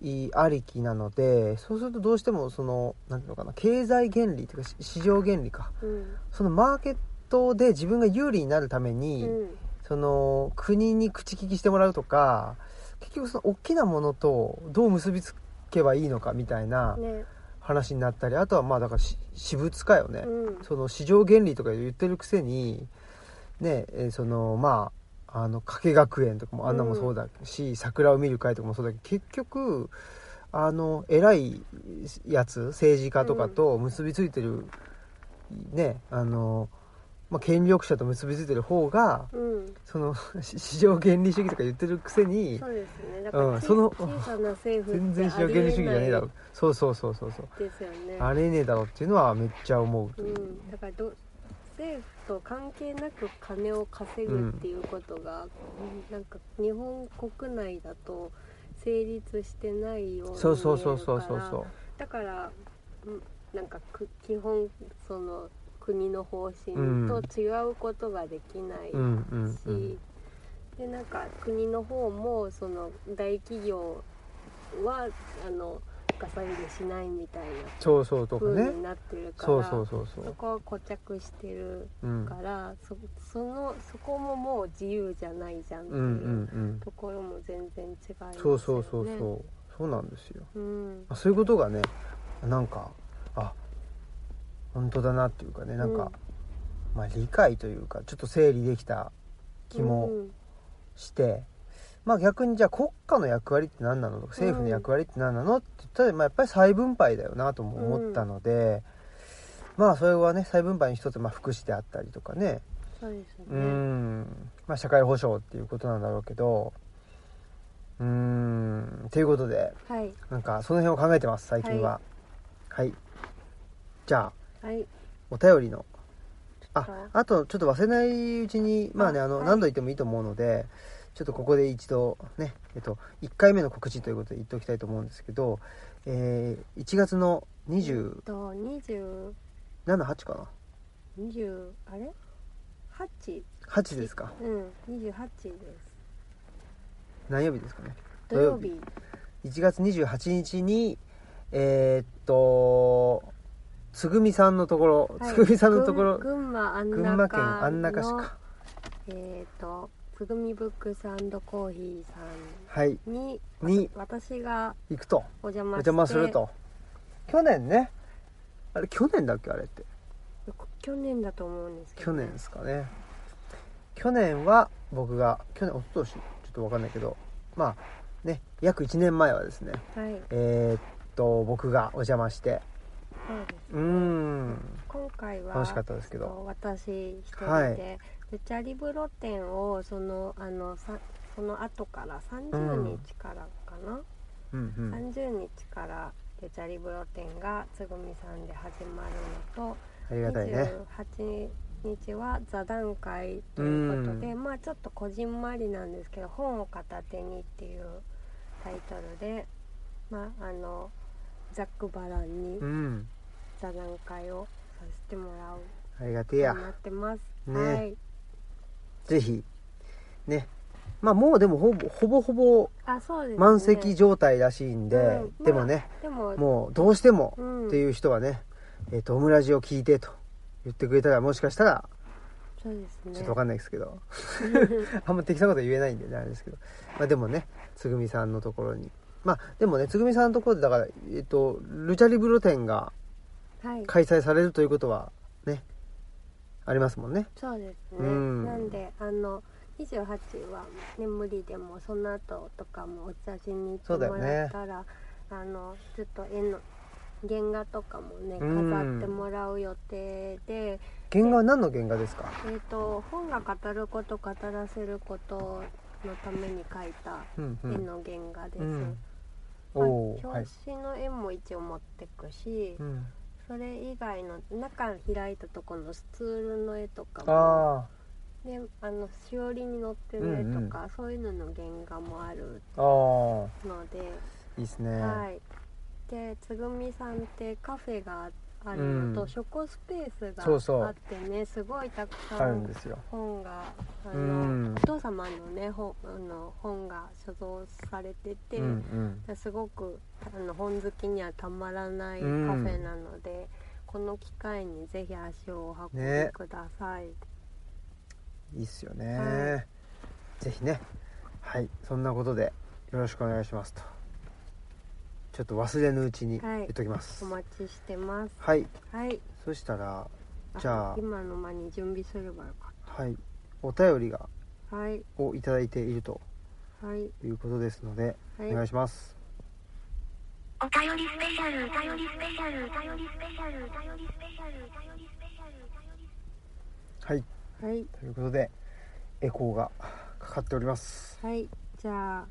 Speaker 1: いありきなのでそうするとどうしてもそのなんていうのかな経済原理というかし市場原理か
Speaker 2: うん
Speaker 1: そのマーケットで自分が有利になるために、
Speaker 2: うん
Speaker 1: その国に口利きしてもらうとか結局その大きなものとどう結びつけばいいのかみたいな
Speaker 2: ね
Speaker 1: 話になったりあとはまあだからし私物化よね、
Speaker 2: うん
Speaker 1: その市場原理とか言ってるくせにねえーそのまああの加計学園とかもあんなもそうだし、桜を見る会とかもそうだけど結局あの偉いやつ政治家とかと結びついてる、ねあの、まあ、権力者と結びついてる方が
Speaker 2: うん
Speaker 1: その し市場原理主義とか言ってるくせに
Speaker 2: そうですねだから、
Speaker 1: うん
Speaker 2: ち
Speaker 1: その
Speaker 2: 小さな政府
Speaker 1: 全然
Speaker 2: っ
Speaker 1: 市
Speaker 2: てあ
Speaker 1: 場
Speaker 2: り
Speaker 1: 原理主義じゃねえだ
Speaker 2: え
Speaker 1: ろそうそうそうそうそう
Speaker 2: ないですよね
Speaker 1: あれねえだろっていうのはめっちゃ思うと
Speaker 2: う
Speaker 1: いう、
Speaker 2: ん、だからど政府と関係なく金を稼ぐっていうことが、なんか日本国内だと成立してないように見えるから
Speaker 1: そうそうそうそうそうそう
Speaker 2: だからうんなんかく基本その国の方針
Speaker 1: うん
Speaker 2: と違うことができないし、
Speaker 1: うんうんうん
Speaker 2: でなんか国の方もその大企業はあのガサ入れしないみたい
Speaker 1: そうそう
Speaker 2: な
Speaker 1: とか
Speaker 2: 風
Speaker 1: ね
Speaker 2: になってるか
Speaker 1: そ
Speaker 2: ら
Speaker 1: うそうそうそ
Speaker 2: そうこは固着してる
Speaker 1: うん
Speaker 2: からそそのそこももう自由じゃないじゃんって
Speaker 1: う
Speaker 2: い
Speaker 1: んう
Speaker 2: うん
Speaker 1: うん
Speaker 2: ところも全然違いますよね
Speaker 1: そうそうそうそうそうなんですよ
Speaker 2: うん
Speaker 1: あそういうことがねなんかあ本当だなっていうかねなんか、まあ理解というかちょっと整理できた気
Speaker 2: う
Speaker 1: も
Speaker 2: ん
Speaker 1: して、まあ逆にじゃあ国家の役割って何なのとか政府の役割って何なのって言ったら、まあ、やっぱり再分配だよなとも思ったので、まあそれはね再分配に一つ、まあ、福祉であったりとかね
Speaker 2: そうですよ
Speaker 1: う
Speaker 2: ね
Speaker 1: ん、まあ、社会保障っていうことなんだろうけどうーんということで
Speaker 2: はい
Speaker 1: なんかその辺を考えてます最近ははい、じゃあ
Speaker 2: はい
Speaker 1: お便りの
Speaker 2: ちょっ
Speaker 1: ああとちょっと忘れないうちにまあね
Speaker 2: あ
Speaker 1: あの、
Speaker 2: はい
Speaker 1: 何度言ってもいいと思うのでちょっとここで一度ねえっと1回目の告知ということで言っておきたいと思うんですけど、えー1月の
Speaker 2: えっ
Speaker 1: 278
Speaker 2: と20
Speaker 1: かな
Speaker 2: 20あれ8
Speaker 1: 8ですか
Speaker 2: うん28です
Speaker 1: 何曜日ですかね
Speaker 2: 土曜日
Speaker 1: 1月28日にえーっとつぐみさんのところ、
Speaker 2: はい
Speaker 1: つぐみさんのところ
Speaker 2: 群群馬安
Speaker 1: 群馬
Speaker 2: 中
Speaker 1: 県
Speaker 2: の
Speaker 1: 安中市か
Speaker 2: えっ、とつぐみブックスコーヒーさ
Speaker 1: はい
Speaker 2: んに
Speaker 1: に
Speaker 2: 私が
Speaker 1: 行くと
Speaker 2: お邪
Speaker 1: お
Speaker 2: 魔して
Speaker 1: 邪魔すると去年ねあれ去年だっけあれって
Speaker 2: 去年だと思うんですけ
Speaker 1: 去
Speaker 2: ど
Speaker 1: 年ですかね去年は僕が去年一昨年ちょっとわかんないけどまあね約1年前はですね
Speaker 2: はい
Speaker 1: えーっと僕がお邪魔して
Speaker 2: そうです
Speaker 1: うーん
Speaker 2: 今回は
Speaker 1: 楽しかったですけ
Speaker 2: えっ
Speaker 1: ど
Speaker 2: と私一人で、
Speaker 1: はい
Speaker 2: でチャリブロ展をそのあのさその後から
Speaker 1: うん
Speaker 2: 30日からかな、
Speaker 1: うんうん
Speaker 2: 30日からでチャリブロ展がつぐみさんで始まるのと
Speaker 1: ありがたいね
Speaker 2: 28日は座談会ということで、まあちょっとこじんまりなんですけど「本を片手に」っていうタイトルで、まあ、あのざっくばらんに
Speaker 1: うん
Speaker 2: 座談会をさせてもらう
Speaker 1: ありがてえ
Speaker 2: こ
Speaker 1: や
Speaker 2: とになってます。
Speaker 1: ね
Speaker 2: はい、
Speaker 1: ぜひねまあもうでもほぼほぼほぼ
Speaker 2: あそうですね
Speaker 1: 満席状態らしいんで、
Speaker 2: うん
Speaker 1: でもね、
Speaker 2: でも
Speaker 1: もうどうしても
Speaker 2: うん
Speaker 1: っていう人はね、えっとオムラジを聞いてと言ってくれたらもしかしたら
Speaker 2: そうですね
Speaker 1: ちょっとわかんないですけ ど、あんま適当なこと言えないんでねあれですけど、まあ、でもねつぐみさんのところにまあでもねつぐみさんのところでだから、えっとルチャリブロ展が
Speaker 2: はい
Speaker 1: 開催されるということはねありますもんね
Speaker 2: そうですね、
Speaker 1: うん
Speaker 2: なんであの28は眠りでもその後とかもお茶しに行ってもらったら、あのちょっと絵の原画とかもね
Speaker 1: うん
Speaker 2: 飾ってもらう予定で、
Speaker 1: 原画は何の原画ですか
Speaker 2: えー、と本が語ること語らせることのために描いた
Speaker 1: うんう
Speaker 2: 絵
Speaker 1: ん、
Speaker 2: の原画です、
Speaker 1: うん、
Speaker 2: まあ
Speaker 1: おーはい
Speaker 2: 表紙の絵も一応持ってくし、
Speaker 1: うん、
Speaker 2: それ以外の中開いたところのスツールの絵とかも
Speaker 1: あ
Speaker 2: であのしおりに乗ってる絵とか、そういうのの原画もある
Speaker 1: ーあ
Speaker 2: ので、
Speaker 1: ーいいっすね、
Speaker 2: はいでつぐみさんってカフェがあるのと、
Speaker 1: うん
Speaker 2: 書庫スペース
Speaker 1: そうそう
Speaker 2: があってねすごいたく
Speaker 1: あ
Speaker 2: さ
Speaker 1: るん
Speaker 2: ん
Speaker 1: ですよ
Speaker 2: 本があの、
Speaker 1: うん
Speaker 2: お父様のね本あの本が所蔵されてて、
Speaker 1: うんうん
Speaker 2: すごくあの本好きにはたまらないカ
Speaker 1: う
Speaker 2: フ
Speaker 1: ん
Speaker 2: ェなので、この機会にぜひ足をお運
Speaker 1: ね
Speaker 2: びください。
Speaker 1: いいっすよね、
Speaker 2: は
Speaker 1: ぜひねはいそんなことでよろしくお願いしますとちょっと忘れぬうちに
Speaker 2: はい
Speaker 1: 言っときます
Speaker 2: お
Speaker 1: はい、
Speaker 2: 待ちしてます。はい。
Speaker 1: そしたらじゃあ
Speaker 2: 今の間に準備すればよかっ
Speaker 1: はいお便りが
Speaker 2: た。はい
Speaker 1: をいただいていると
Speaker 2: はい
Speaker 1: いうことですので、お願
Speaker 2: はいい。
Speaker 1: します
Speaker 3: お便りスペシャルお便りスペシャルお便りスペシャルお便りスペシャルお便りスペシャルお便りスペシャル
Speaker 1: はい
Speaker 2: はい
Speaker 1: ということでエコーがかかっております
Speaker 2: はい。じゃあ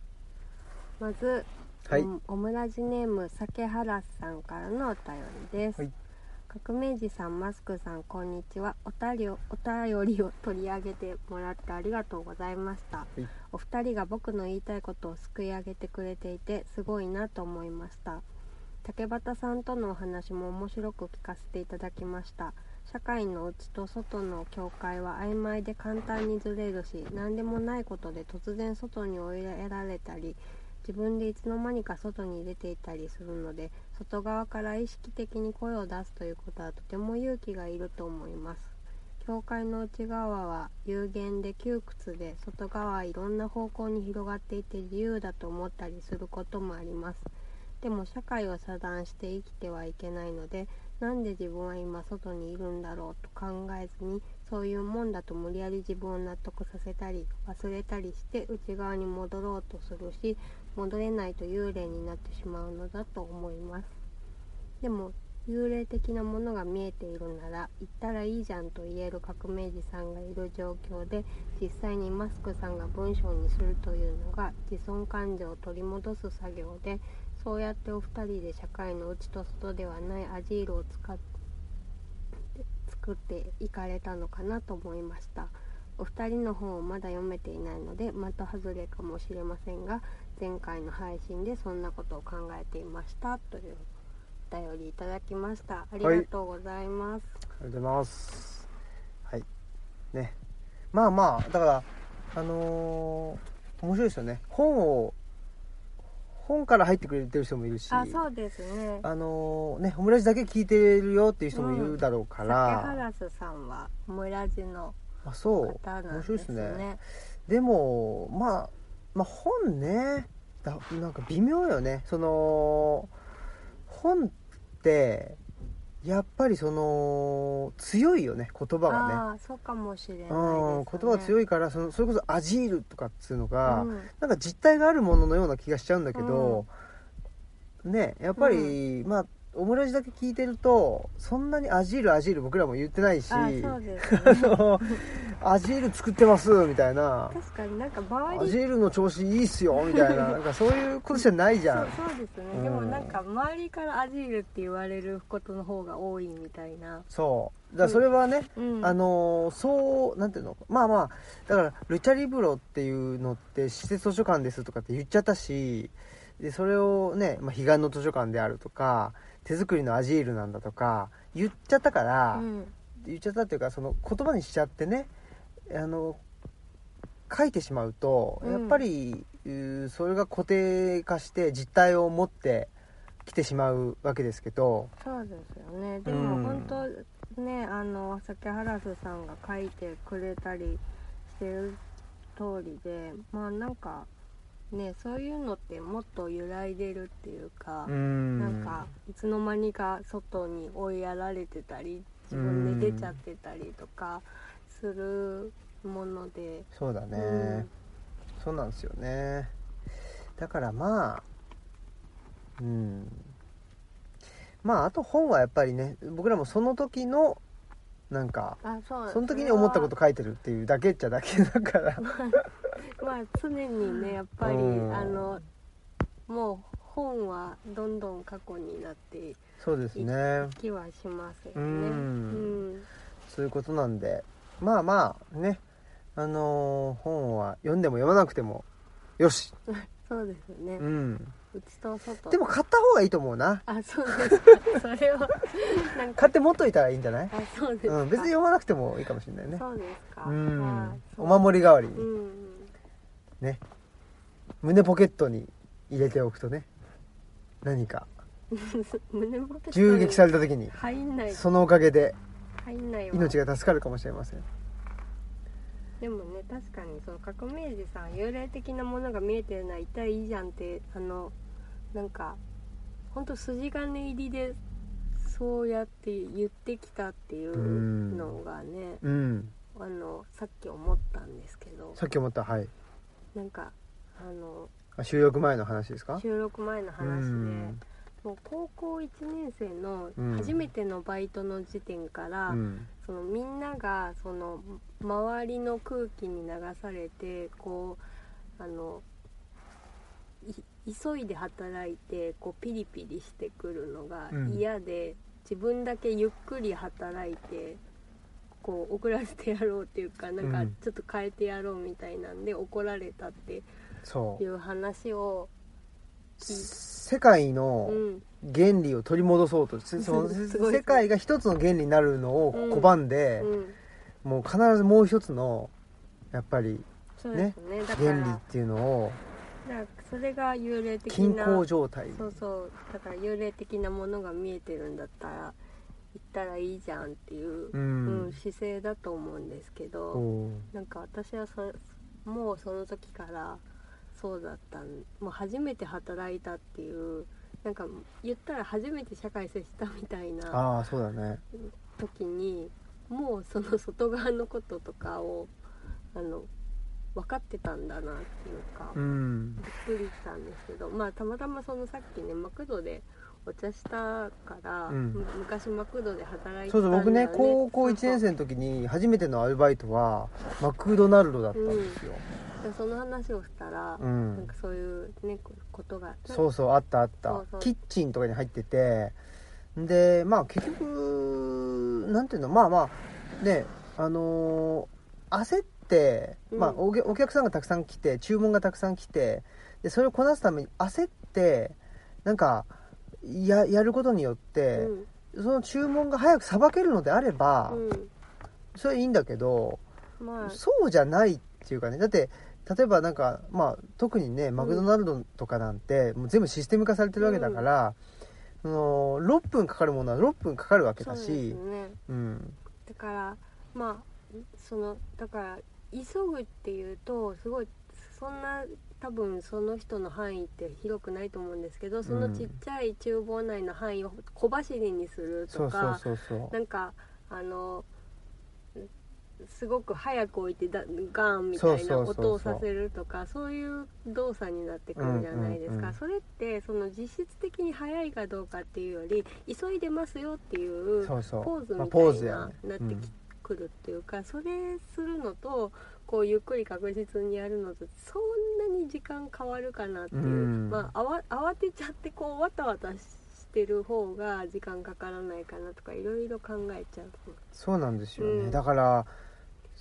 Speaker 2: まず、
Speaker 1: はい
Speaker 2: おオムラジネーム酒原さんからのお便りです。
Speaker 1: はい
Speaker 2: 革命児さんマスクさんこんにちはお便りをお便りを取り上げてもらってありがとうございました。
Speaker 1: い
Speaker 2: お二人が僕の言いたいことをすくい上げてくれていてすごいなと思いました竹端さんとのお話も面白く聞かせていただきました社会の内と外の境界は曖昧で簡単にずれるし何でもないことで突然外に追いやられたり自分でいつの間にか外に出ていたりするので外側から意識的に声を出すということはとても勇気がいると思います境界の内側は有限で窮屈で外側はいろんな方向に広がっていて自由だと思ったりすることもありますでも社会を遮断して生きてはいけないのでなんで自分は今外にいるんだろうと考えずにそういうもんだと無理やり自分を納得させたり忘れたりして内側に戻ろうとするし戻れないと幽霊になってしまうのだと思いますでも幽霊的なものが見えているなら行ったらいいじゃんと言える革命児さんがいる状況で実際にマスクさんが文章にするというのが自尊感情を取り戻す作業でそうやってお二人で社会の内と外ではないアジールを使って作っていかれたのかなと思いましたお二人の本をまだ読めていないので的外れかもしれませんが前回の配信でそんなことを考えていましたというお便りいただきましたありがとうございます、
Speaker 1: ありがとうございますはいねまあまあだからあのー面白いですよね本を本から入ってくれてる人もいるし
Speaker 2: あそうですね
Speaker 1: あのーねオムラジだけ聞いてるよっていう人もいるだろうか
Speaker 2: 竹
Speaker 1: ら、
Speaker 2: ハラスさんはムラジの
Speaker 1: あそう
Speaker 2: 方なん
Speaker 1: 面
Speaker 2: で
Speaker 1: 白いですすね
Speaker 2: ね
Speaker 1: でもまあまあ本ねだなんか微妙よねその本ってやっぱりその強いよね言葉がね
Speaker 2: ああそうかもしれないです、ね、
Speaker 1: うん、言葉
Speaker 2: い
Speaker 1: 強いからそのそれこそ「アジール」とかっつうのが、
Speaker 2: うん
Speaker 1: なんか実体があるもののような気がしちゃうんだけど、ねやっぱり、まあオムラジだけ聞いてるとそんなに「アジールアジール」僕らも言ってないし
Speaker 2: あーそう です、ね、
Speaker 1: あのアジール作ってます」みたいな
Speaker 2: 確かになん
Speaker 1: 「
Speaker 2: か
Speaker 1: ア
Speaker 2: 周り
Speaker 1: ジールの調子いいっすよ」みたいななんかそういうことじゃないじゃん。
Speaker 2: そうそうですね、
Speaker 1: うん
Speaker 2: でもなんか周りからアジールって言われることの方が多いみたいな、
Speaker 1: そうだからそれはね、
Speaker 2: うん、
Speaker 1: あのーそうなんていうのまあまあだからルチャリブロっていうのって施設図書館ですとかって言っちゃったしでそれをね、まあ、彼岸の図書館であるとか手作りのアジールなんだとか言っちゃったから、
Speaker 2: うん
Speaker 1: 言っちゃったっていうかその言葉にしちゃってねあの書いてしまうと
Speaker 2: うん
Speaker 1: やっぱり、うーそれが固定化して実態を持ってきてしまうわけですけど
Speaker 2: そうですよねで
Speaker 1: うん
Speaker 2: も本当ねあの酒原須さんが書いてくれたりしてる通りでまあなんかねそういうのってもっと揺らいでるっていうか、
Speaker 1: うん
Speaker 2: なんかいつの間にか外に追いやられてたり自分で出ちゃってたりとかするもので、
Speaker 1: そうだね、
Speaker 2: うん
Speaker 1: そうなんですよねだからまあうんまああと本はやっぱりね僕らもその時のなんか
Speaker 2: あそう
Speaker 1: その時に思ったこと
Speaker 2: そ
Speaker 1: 書いてるっていうだけっちゃだけだから
Speaker 2: れはまあ常にねやっぱり、
Speaker 1: うん
Speaker 2: あのもう本はどんどん過去になってい
Speaker 1: そうですね
Speaker 2: きはしますよね。
Speaker 1: うん
Speaker 2: うん
Speaker 1: そういうことなんでまあまあねあのー本は読んでも読まなくてもよし
Speaker 2: そうですよね
Speaker 1: う。ん
Speaker 2: 内と外。
Speaker 1: でも買った方がいいと思うな
Speaker 2: あそうですか。それはなんか
Speaker 1: 買って持っといたらいいんじゃない、
Speaker 2: あそうですか。
Speaker 1: うん、別に読まなくてもいいかもしれないね
Speaker 2: そうですか。
Speaker 1: うんお
Speaker 2: り。
Speaker 1: 守り代わりに
Speaker 2: うんうん。
Speaker 1: 胸ポケットに入れておくとね何か
Speaker 2: 胸元に
Speaker 1: 銃撃された時に
Speaker 2: 入んない
Speaker 1: そのおかげで
Speaker 2: 入んないわ
Speaker 1: 命が助かるかもしれません
Speaker 2: でもね確かにその革命児さん幽霊的なものが見えてるのは一体いいじゃんってあのなんかほんと筋金入りでそうやって言ってきたっていうのがね
Speaker 1: うん
Speaker 2: あのさっき思ったんですけど
Speaker 1: さっき思ったはい
Speaker 2: なんかあの
Speaker 1: あ収録前の話ですか
Speaker 2: 収録前の
Speaker 1: う
Speaker 2: 話で
Speaker 1: ん
Speaker 2: もう高校1年生の
Speaker 1: うん
Speaker 2: 初めてのバイトの時点から、
Speaker 1: うん
Speaker 2: そのみんながその周りの空気に流されてこうあのい急いで働いてこうピリピリしてくるのが
Speaker 1: うん
Speaker 2: 嫌で、自分だけゆっくり働いてこう遅らせてやろうっていうかなん
Speaker 1: う
Speaker 2: か
Speaker 1: ん
Speaker 2: ちょっと変えてやろうみたいなんで怒られたって
Speaker 1: そ
Speaker 2: いう話を、
Speaker 1: う世界の
Speaker 2: うん、
Speaker 1: 原理を取り戻そうとせその
Speaker 2: すごい
Speaker 1: 世界が一つの原理になるのを
Speaker 2: うん
Speaker 1: 拒んで、
Speaker 2: うん、
Speaker 1: もう必ずもう一つのやっぱり
Speaker 2: そうですねだから
Speaker 1: 原理っていうのを
Speaker 2: だからそれが幽霊的
Speaker 1: 均
Speaker 2: な
Speaker 1: 衡状態
Speaker 2: そうそうだから幽霊的なものが見えてるんだったら行ったらいいじゃんっていう、
Speaker 1: う
Speaker 2: うんん、姿勢だと思うんですけど、
Speaker 1: おう
Speaker 2: なんか私はそもうその時からそうだったんもう初めて働いたっていうなんか言ったら初めて社会接したみたいな
Speaker 1: ああそうだね
Speaker 2: 時にもうその外側のこととかをあの分かってたんだなっていうか、
Speaker 1: うん
Speaker 2: びっくりしたんですけどまあたまたまそのさっきねマクドでお茶したから、
Speaker 1: うん
Speaker 2: む昔マクドで働いてた
Speaker 1: そ
Speaker 2: ん
Speaker 1: うそ
Speaker 2: だよ、
Speaker 1: う
Speaker 2: ね、
Speaker 1: 僕ね高校1年
Speaker 2: そう
Speaker 1: 生の時に初めてのアルバイトはマクドナルドだったんですよ、
Speaker 2: そうでその話をしたら、
Speaker 1: うん
Speaker 2: なんかそういうねこことが
Speaker 1: そうそうあったあった
Speaker 2: そうそう
Speaker 1: キッチンとかに入っててでまあ結局なんていうのまあまあねあのー焦って、
Speaker 2: うん
Speaker 1: まあ、お客お客さんがたくさん来て注文がたくさん来てでそれをこなすために焦ってなんかややることによって、
Speaker 2: うん
Speaker 1: その注文が早くさばけるのであれば、
Speaker 2: うん
Speaker 1: それいいんだけど、
Speaker 2: まあ
Speaker 1: そうじゃないっていうかねだって例えばなんか、まあ、特にねマクドナルドとかなんて、もう全部システム化されてるわけだから、その6分かかるものは6分かかるわけ
Speaker 2: そう
Speaker 1: だ
Speaker 2: です
Speaker 1: し
Speaker 2: ね
Speaker 1: うん
Speaker 2: だからまあそのだから急ぐっていうとすごいそんな多分その人の範囲って広くないと思うんですけどそのちっちゃい厨房内の範囲を小走りにする
Speaker 1: そ
Speaker 2: と
Speaker 1: う
Speaker 2: か、
Speaker 1: そうそうそう
Speaker 2: なんかあのすごく早く置いてだガーンみたいな
Speaker 1: そうそうそうそう
Speaker 2: 音をさせるとかそういう動作になってくるじゃないですか、
Speaker 1: うんうんうん
Speaker 2: それってその実質的に早いかどうかっていうより急いでますよっていう
Speaker 1: そうそう
Speaker 2: ポーズ
Speaker 1: まあ
Speaker 2: み
Speaker 1: ポー
Speaker 2: たい
Speaker 1: ズや
Speaker 2: な、
Speaker 1: ね
Speaker 2: なってきくるっていうかそれするのとこうゆっくり確実にやるのとそんなに時間変わるかなっていう、
Speaker 1: うん
Speaker 2: まああわ慌てちゃってこうわたわたしてる方が時間かからないかなとかいろいろ考えちゃう。
Speaker 1: そうなんですよね、
Speaker 2: うん
Speaker 1: だから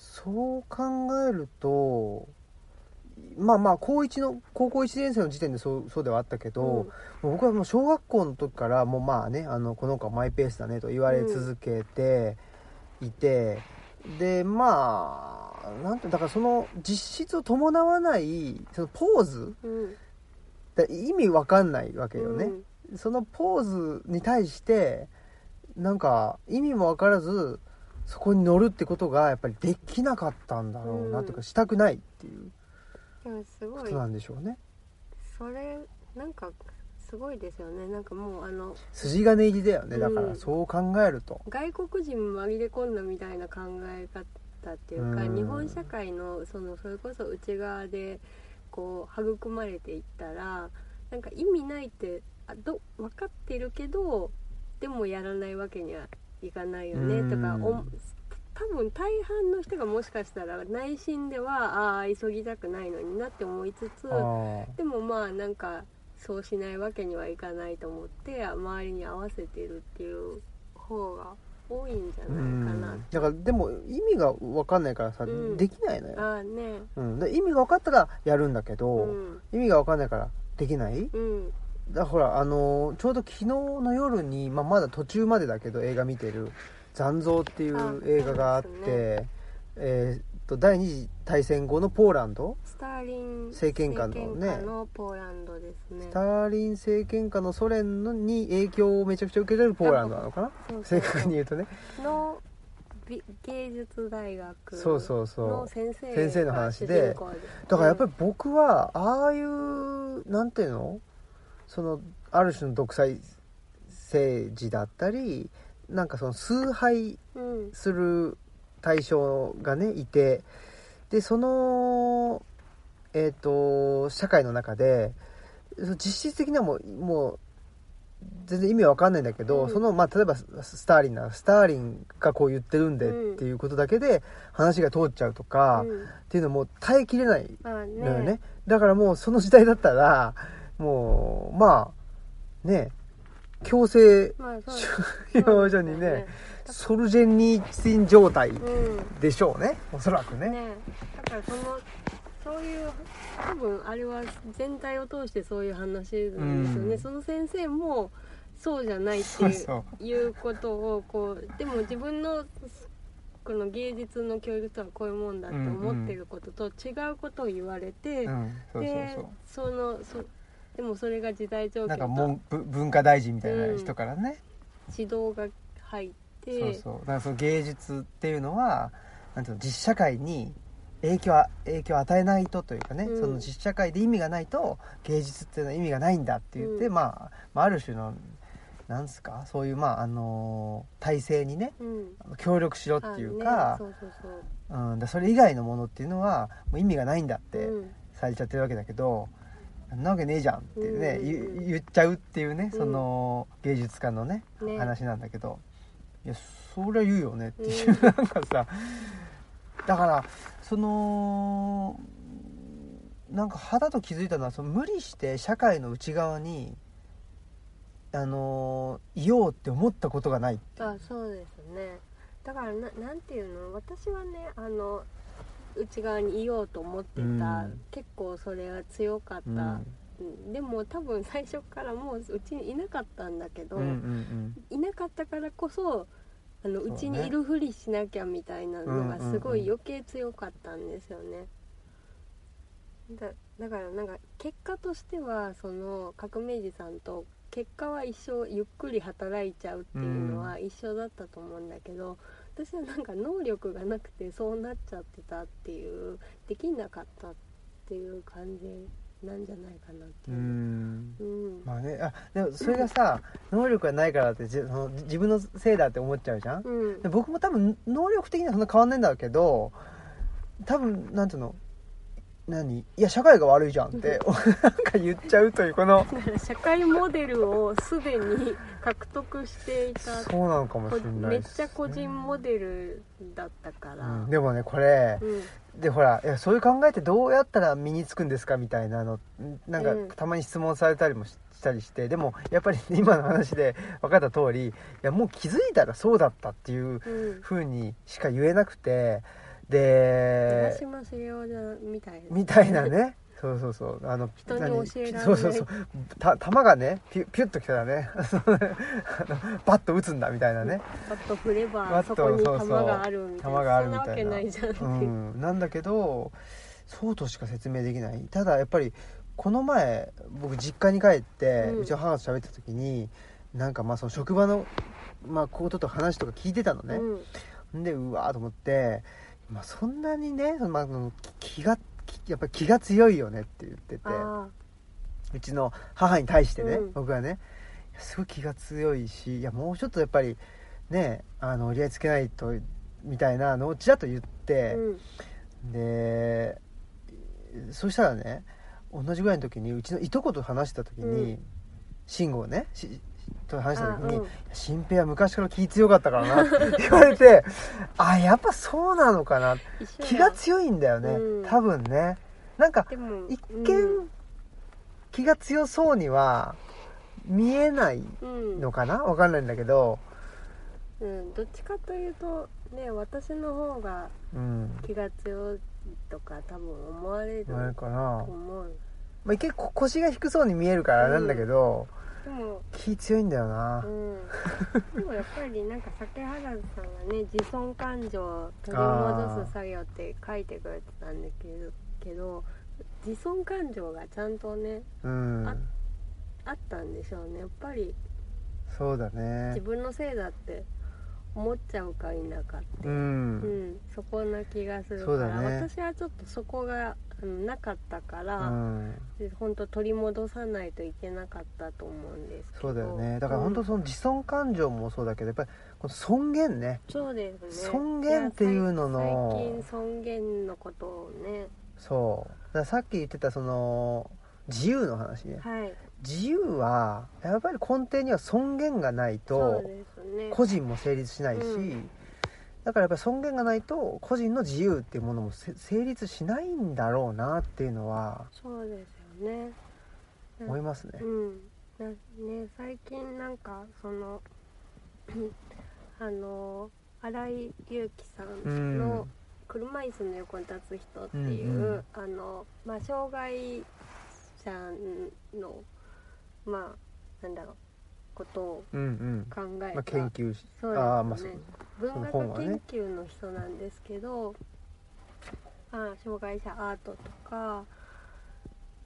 Speaker 1: そう考えるとまあまあ高一の高校1年生の時点でそうそうではあったけど、
Speaker 2: うん
Speaker 1: もう僕はもう小学校の時からもうまあねあのこの子はマイペースだねと言われ続けていて、でまあなんてだからその実質を伴わないそのポーズ
Speaker 2: うん
Speaker 1: だ意味わかんないわけよね、
Speaker 2: うん
Speaker 1: そのポーズに対してなんか意味もわからずそこに乗るってことがやっぱりできなかったんだろうな、
Speaker 2: うん
Speaker 1: というかしたくないっていう
Speaker 2: でもす
Speaker 1: こ
Speaker 2: ごい
Speaker 1: となんでしょうね
Speaker 2: それなんかすごいですよねなんかもうあの
Speaker 1: 筋金入りだよねだか
Speaker 2: う
Speaker 1: ら
Speaker 2: ん
Speaker 1: そう考えると、
Speaker 2: 外国人紛れ込んだみたいな考え方っていうか、
Speaker 1: うん
Speaker 2: 日本社会のそのそれこそ内側でこう育まれていったらなんか意味ないってあど分かってるけどでもやらないわけにはいかないよね、
Speaker 1: うん
Speaker 2: とかお多分大半の人がもしかしたら内心ではああー急ぎたくないのになって思いつつ
Speaker 1: あー
Speaker 2: でもまあなんかそうしないわけにはいかないと思って周りに合わせてるっていう方が多いんじゃ
Speaker 1: う
Speaker 2: ないかな、
Speaker 1: んだからでも意味が分かんないからさ、
Speaker 2: うん
Speaker 1: できないのよ、
Speaker 2: ああね
Speaker 1: うん、で意味が分かったらやるんだけど、
Speaker 2: うん
Speaker 1: 意味が分かんないからできない
Speaker 2: うん
Speaker 1: だからほらあのーちょうど昨日の夜に、まあ、まだ途中までだけど映画見てる「残像」ってい
Speaker 2: あ
Speaker 1: う映画があって
Speaker 2: そうです
Speaker 1: えーっと第二次大戦後のポーランド
Speaker 2: スターリン
Speaker 1: 政権下のね
Speaker 2: 政権下のポーランドですね
Speaker 1: スターリン政権下のソ連のに影響をめちゃくちゃ受けてるポーランドなのかな
Speaker 2: そうそ
Speaker 1: 正
Speaker 2: うそう
Speaker 1: 確に言うとね
Speaker 2: の美芸術大学
Speaker 1: そうそうそう
Speaker 2: の先生
Speaker 1: 先生の話で
Speaker 2: が主人公
Speaker 1: だからやっぱり僕はああいうなんていうのそのある種の独裁政治だったりなんかその崇拝
Speaker 2: うん
Speaker 1: する対象がねいてでそのえっ、と社会の中でその実質的にはもうもう全然意味わかんないんだけど、
Speaker 2: うん
Speaker 1: そのまあ例えばススターリンならスターリンがこう言ってるんで
Speaker 2: うん
Speaker 1: っていうことだけで話が通っちゃうとか、
Speaker 2: うん
Speaker 1: っていうのも耐えきれない
Speaker 2: まあね
Speaker 1: のよねだからもうその時代だったらもうまあね強制
Speaker 2: まあそう
Speaker 1: 収容所にねソルジェニチン状態
Speaker 2: そうですよねうん
Speaker 1: でしょうねおそらくね
Speaker 2: ねだからそのそういう多分あれは全体を通してそういう話なんですよね、
Speaker 1: うん
Speaker 2: その先生もそうじゃないって
Speaker 1: そう
Speaker 2: いう
Speaker 1: そう
Speaker 2: いうことをこうでも自分のこの芸術の教育とはこういうもんだって思ってることと違うことを言われて、
Speaker 1: うんそうそう
Speaker 2: で
Speaker 1: そう
Speaker 2: そのそでもそれが時代状
Speaker 1: なんか
Speaker 2: 況
Speaker 1: 文
Speaker 2: と
Speaker 1: ぶ文化大臣みたいな人からね、
Speaker 2: 指導が入って
Speaker 1: そうそうだからその芸術っていうのはなんていうの実社会に影響は影響を与えないとというかね、
Speaker 2: うん
Speaker 1: その実社会で意味がないと芸術っていうのは意味がないんだって言って、
Speaker 2: うん
Speaker 1: まあ、まあある種のなんですかそういうまああの体制にね
Speaker 2: うん
Speaker 1: 協力しろっ
Speaker 2: あ
Speaker 1: ていうか,、
Speaker 2: ね、そうそうそう
Speaker 1: うん、だからそれ以外のものっていうのはもう意味がないんだって
Speaker 2: うん
Speaker 1: されちゃってるわけだけど、ん、なわけねえじゃんってね、
Speaker 2: うんうんうん
Speaker 1: 言言っちゃうっていうね
Speaker 2: うん
Speaker 1: その芸術家のね、
Speaker 2: ね
Speaker 1: 話なんだけど、いやそりゃ言うよねっていう、
Speaker 2: うん
Speaker 1: なんかさだからそのなんか肌と気づいたのはその無理して社会の内側にあのーいようって思ったことがないって
Speaker 2: あそうですねだからななんていうの私はねあの内側にいようと思ってた、
Speaker 1: うん
Speaker 2: 結構それは強かった、
Speaker 1: うん
Speaker 2: うんでも多分最初からもううちにいなかったんだけど、
Speaker 1: うんうん
Speaker 2: いなかったからこそあ
Speaker 1: そ
Speaker 2: の
Speaker 1: ううね
Speaker 2: ちにいるふりしなきゃみたいなのがす
Speaker 1: う
Speaker 2: ご
Speaker 1: ん
Speaker 2: い
Speaker 1: うんう
Speaker 2: 余計強かったんですよね。だだからなんか結果としてはその革命児さんと結果は一緒ゆっくり働いちゃうっていうのは一緒だったと思うんだけど、私はなんか能力がなくてそうなっちゃってたっていうできなかったっていう感じなんじゃないかなっ
Speaker 1: う
Speaker 2: てい
Speaker 1: んう
Speaker 2: う。
Speaker 1: ん
Speaker 2: うん
Speaker 1: まあねあでもそれがさ能力がないからってじその自分のせいだって思っちゃうじゃん
Speaker 2: うん
Speaker 1: で僕も多分能力的にはそんな変わんないんだけど多分なんていうの何いや社会が悪いじゃんってなんか言っちゃうというこの
Speaker 2: だから 社会モデルをすでに獲得していた
Speaker 1: そうなのかもし
Speaker 2: こ
Speaker 1: れない
Speaker 2: め
Speaker 1: っ
Speaker 2: っ
Speaker 1: す
Speaker 2: ちゃ個人モデルだったか
Speaker 1: う
Speaker 2: ら、
Speaker 1: ん、でもねこれ
Speaker 2: うん
Speaker 1: でほらいやそういう考えってどうやったら身につくんですかみたいなのなんか
Speaker 2: うん
Speaker 1: たまに質問されたりもししたりしてでもやっぱり 今の話で分かった通りいやもう気づいたらそうだったっていう
Speaker 2: うん
Speaker 1: ふうにしか言えなくて
Speaker 2: 長
Speaker 1: で
Speaker 2: 嶋茂雄じゃみたいな
Speaker 1: みたいなねそうそうそうあの
Speaker 2: 人に
Speaker 1: 何
Speaker 2: 教えられない
Speaker 1: そうそうそうた球がねピュピュッときたらね あのバッと打つんだみたいなね、
Speaker 2: パッと振れば
Speaker 1: バッ
Speaker 2: そ
Speaker 1: と
Speaker 2: こに
Speaker 1: そうそう
Speaker 2: 球があるみたい
Speaker 1: 球があ
Speaker 2: なそ
Speaker 1: る
Speaker 2: ん
Speaker 1: み
Speaker 2: な
Speaker 1: たいな
Speaker 2: わけないじゃんって
Speaker 1: う
Speaker 2: いう、
Speaker 1: ん、なんだけどそうとしか説明できないただやっぱりこの前僕実家に帰って、
Speaker 2: う
Speaker 1: うんちの母と喋った時になんかまあその職場の、まあ、ことと話とか聞いてたのね、
Speaker 2: うん
Speaker 1: でうわーと思って、まあ、そんなにね、まあ、その気が気やっぱり気が強いよねって言ってて
Speaker 2: あ
Speaker 1: うちの母に対してね、
Speaker 2: うん
Speaker 1: 僕はねいやすごい気が強いしいやもうちょっとやっぱりねあの折り合いつけないとみたいなのをちらっと言っ
Speaker 2: あ、
Speaker 1: て、
Speaker 2: うん
Speaker 1: でそしたらね同じぐらいの時にうちのいとこと話した時
Speaker 2: う
Speaker 1: に慎吾、ねしと話した時に
Speaker 2: あうん
Speaker 1: 「新平は昔から気強かったからな」って言われてあやっぱそうなのかな
Speaker 2: 一緒だ
Speaker 1: 気が強いんだよね、
Speaker 2: うん
Speaker 1: 多分ねなんか
Speaker 2: でも
Speaker 1: 一見、
Speaker 2: うん
Speaker 1: 気が強そうには見えない
Speaker 2: うん
Speaker 1: のかなわかんないんだけど、
Speaker 2: うん、どっちかというとね私の方が
Speaker 1: うん、
Speaker 2: 気が強いとか多分思われる
Speaker 1: なる
Speaker 2: と
Speaker 1: かな、
Speaker 2: 思う
Speaker 1: まあ、結構腰が低そうに見えるからあれなんだけど、
Speaker 2: でも
Speaker 1: 気強いんだよな、
Speaker 2: うんでもやっぱりなんか竹原さんがね自尊感情を取り戻す作業って書いてくれてたんだけどけど自尊感情がちゃんとね
Speaker 1: うん、
Speaker 2: ああったんでしょうねやっぱり
Speaker 1: そうだ
Speaker 2: 自
Speaker 1: ね
Speaker 2: 分のせいだって思っちゃうか否か
Speaker 1: う
Speaker 2: うんんそこな気がする
Speaker 1: そ
Speaker 2: か
Speaker 1: うだ
Speaker 2: ら、
Speaker 1: ね
Speaker 2: 私はちょっとそこがあのなかったか
Speaker 1: う
Speaker 2: ら、
Speaker 1: ん
Speaker 2: 本当取り戻さないといけなかったと思うんですけど
Speaker 1: そうだよねだから本当
Speaker 2: うん
Speaker 1: その自尊感情もそうだけどやっぱりこの尊厳ね
Speaker 2: そうですね
Speaker 1: 尊厳っていうのの
Speaker 2: いや最最近尊厳のことをね
Speaker 1: そうだからさっき言ってたその自由の話ね
Speaker 2: はい
Speaker 1: 自由はやっぱり根底には尊厳がない
Speaker 2: そう
Speaker 1: と
Speaker 2: ですね
Speaker 1: 個人も成立しないし、
Speaker 2: うん
Speaker 1: だからやっぱり尊厳がないと個人の自由っていうものもせ成立しないんだろうなっていうのは
Speaker 2: そうですよね
Speaker 1: 思いますね、
Speaker 2: うんなね最近なんかそのあの新井祐樹さんの車椅子の横に立つ人っていう、
Speaker 1: うんうん
Speaker 2: あのまあ障害者のまあなんだろうことを
Speaker 1: うんうん、
Speaker 2: 考えた、
Speaker 1: まあ、研究し
Speaker 2: そう
Speaker 1: ああまあ
Speaker 2: です
Speaker 1: そう
Speaker 2: ね文
Speaker 1: 本は
Speaker 2: 学
Speaker 1: ね
Speaker 2: 研究の人なんですけど、まあ、障害者アートとか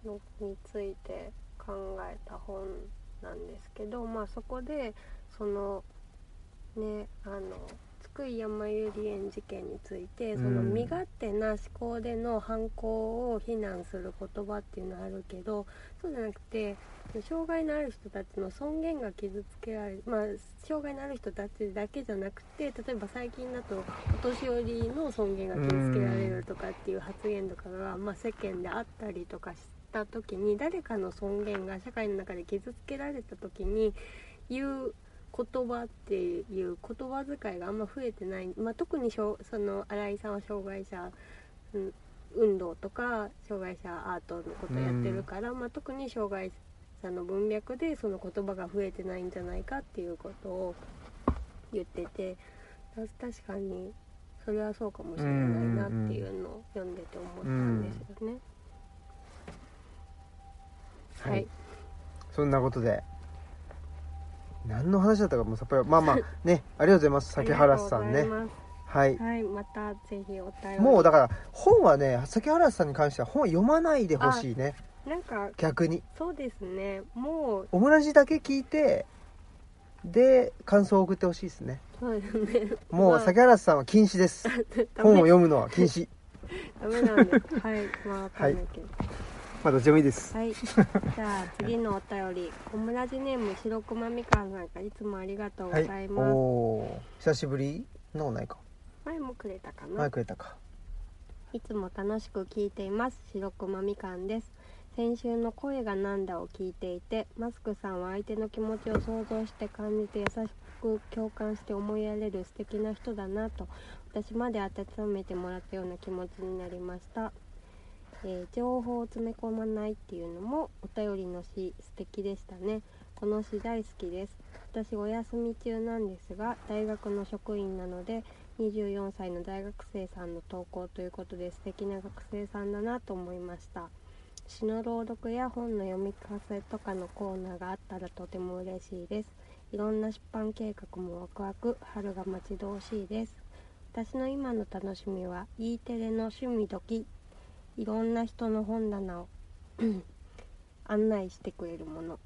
Speaker 2: のについて考えた本なんですけど、まあ、そこでそのねあの津久井やまゆり園事件についてその
Speaker 1: うん
Speaker 2: 身勝手な思考での犯行を非難する言葉っていうのはあるけどそうじゃなくて障害のある人たちの尊厳が傷つけられまあ障害のある人たちだけじゃなくて例えば最近だとお年寄りの尊厳が傷つけられるとかっていう発言とかが、まあ、世間であったりとかした時に誰かの尊厳が社会の中で傷つけられた時に言う言葉っていう言葉遣いがあんま増えてない、まあ、特にしょうその新井さんは障害者うん運動とか障害者アートのことやってるから、まあ、特に障害者の文脈でその言葉が増えてないんじゃないかっていうことを言っててた確かにそれはそうかもしれないなっていうのを読んでて思ったんですよね。
Speaker 1: うん
Speaker 2: はい、
Speaker 1: そんなことで何の話だったかもうさっぱりまあまあ ねありがとうございます
Speaker 2: あり
Speaker 1: 酒原
Speaker 2: がとうご
Speaker 1: さ
Speaker 2: ざ
Speaker 1: ん
Speaker 2: い
Speaker 1: ね
Speaker 2: ます
Speaker 1: はい
Speaker 2: はい、またぜひお便り。
Speaker 1: もうだから本はね酒原さんに関しては本読まないでほしいね
Speaker 2: なんか
Speaker 1: 逆に
Speaker 2: そうですね。もう
Speaker 1: オムラジだけ聞いてで感想を送ってほしいですね
Speaker 2: そうですね。
Speaker 1: もう
Speaker 2: まあ
Speaker 1: 酒原さんは禁止です
Speaker 2: ダ
Speaker 1: 本を
Speaker 2: メ
Speaker 1: 読むのは禁止
Speaker 2: ダメなんです。はい、まあわかんないけど。
Speaker 1: まあどっちでもいいです
Speaker 2: はい。じゃあ次のお便り、オムラジネーム白熊みかんさんからいつもありがとうご
Speaker 1: はい
Speaker 2: ざい
Speaker 1: お
Speaker 2: ます。
Speaker 1: おー久しぶりそんなことないか
Speaker 2: 前もくれたかな。
Speaker 1: 前くれたか
Speaker 2: いつも楽しく聞いています白熊みかんです先週の声がなんだを聞いていてマスクさんは相手の気持ちを想像して感じて優しく共感して思いやれる素敵な人だなと私まで温めてもらったような気持ちになりました、えー情報を詰め込まないっていうのもお便りの詩素敵でしたねこの詩大好きです私お休み中なんですが大学の職員なので24歳の大学生さんの投稿ということで素敵な学生さんだなと思いました詩の朗読や本の読み聞かせとかのコーナーがあったらとても嬉しいですいろんな出版計画もワクワク春が待ち遠しいです私の今の楽しみは E テレの趣味時いろんな人の本棚を案内してくれるもの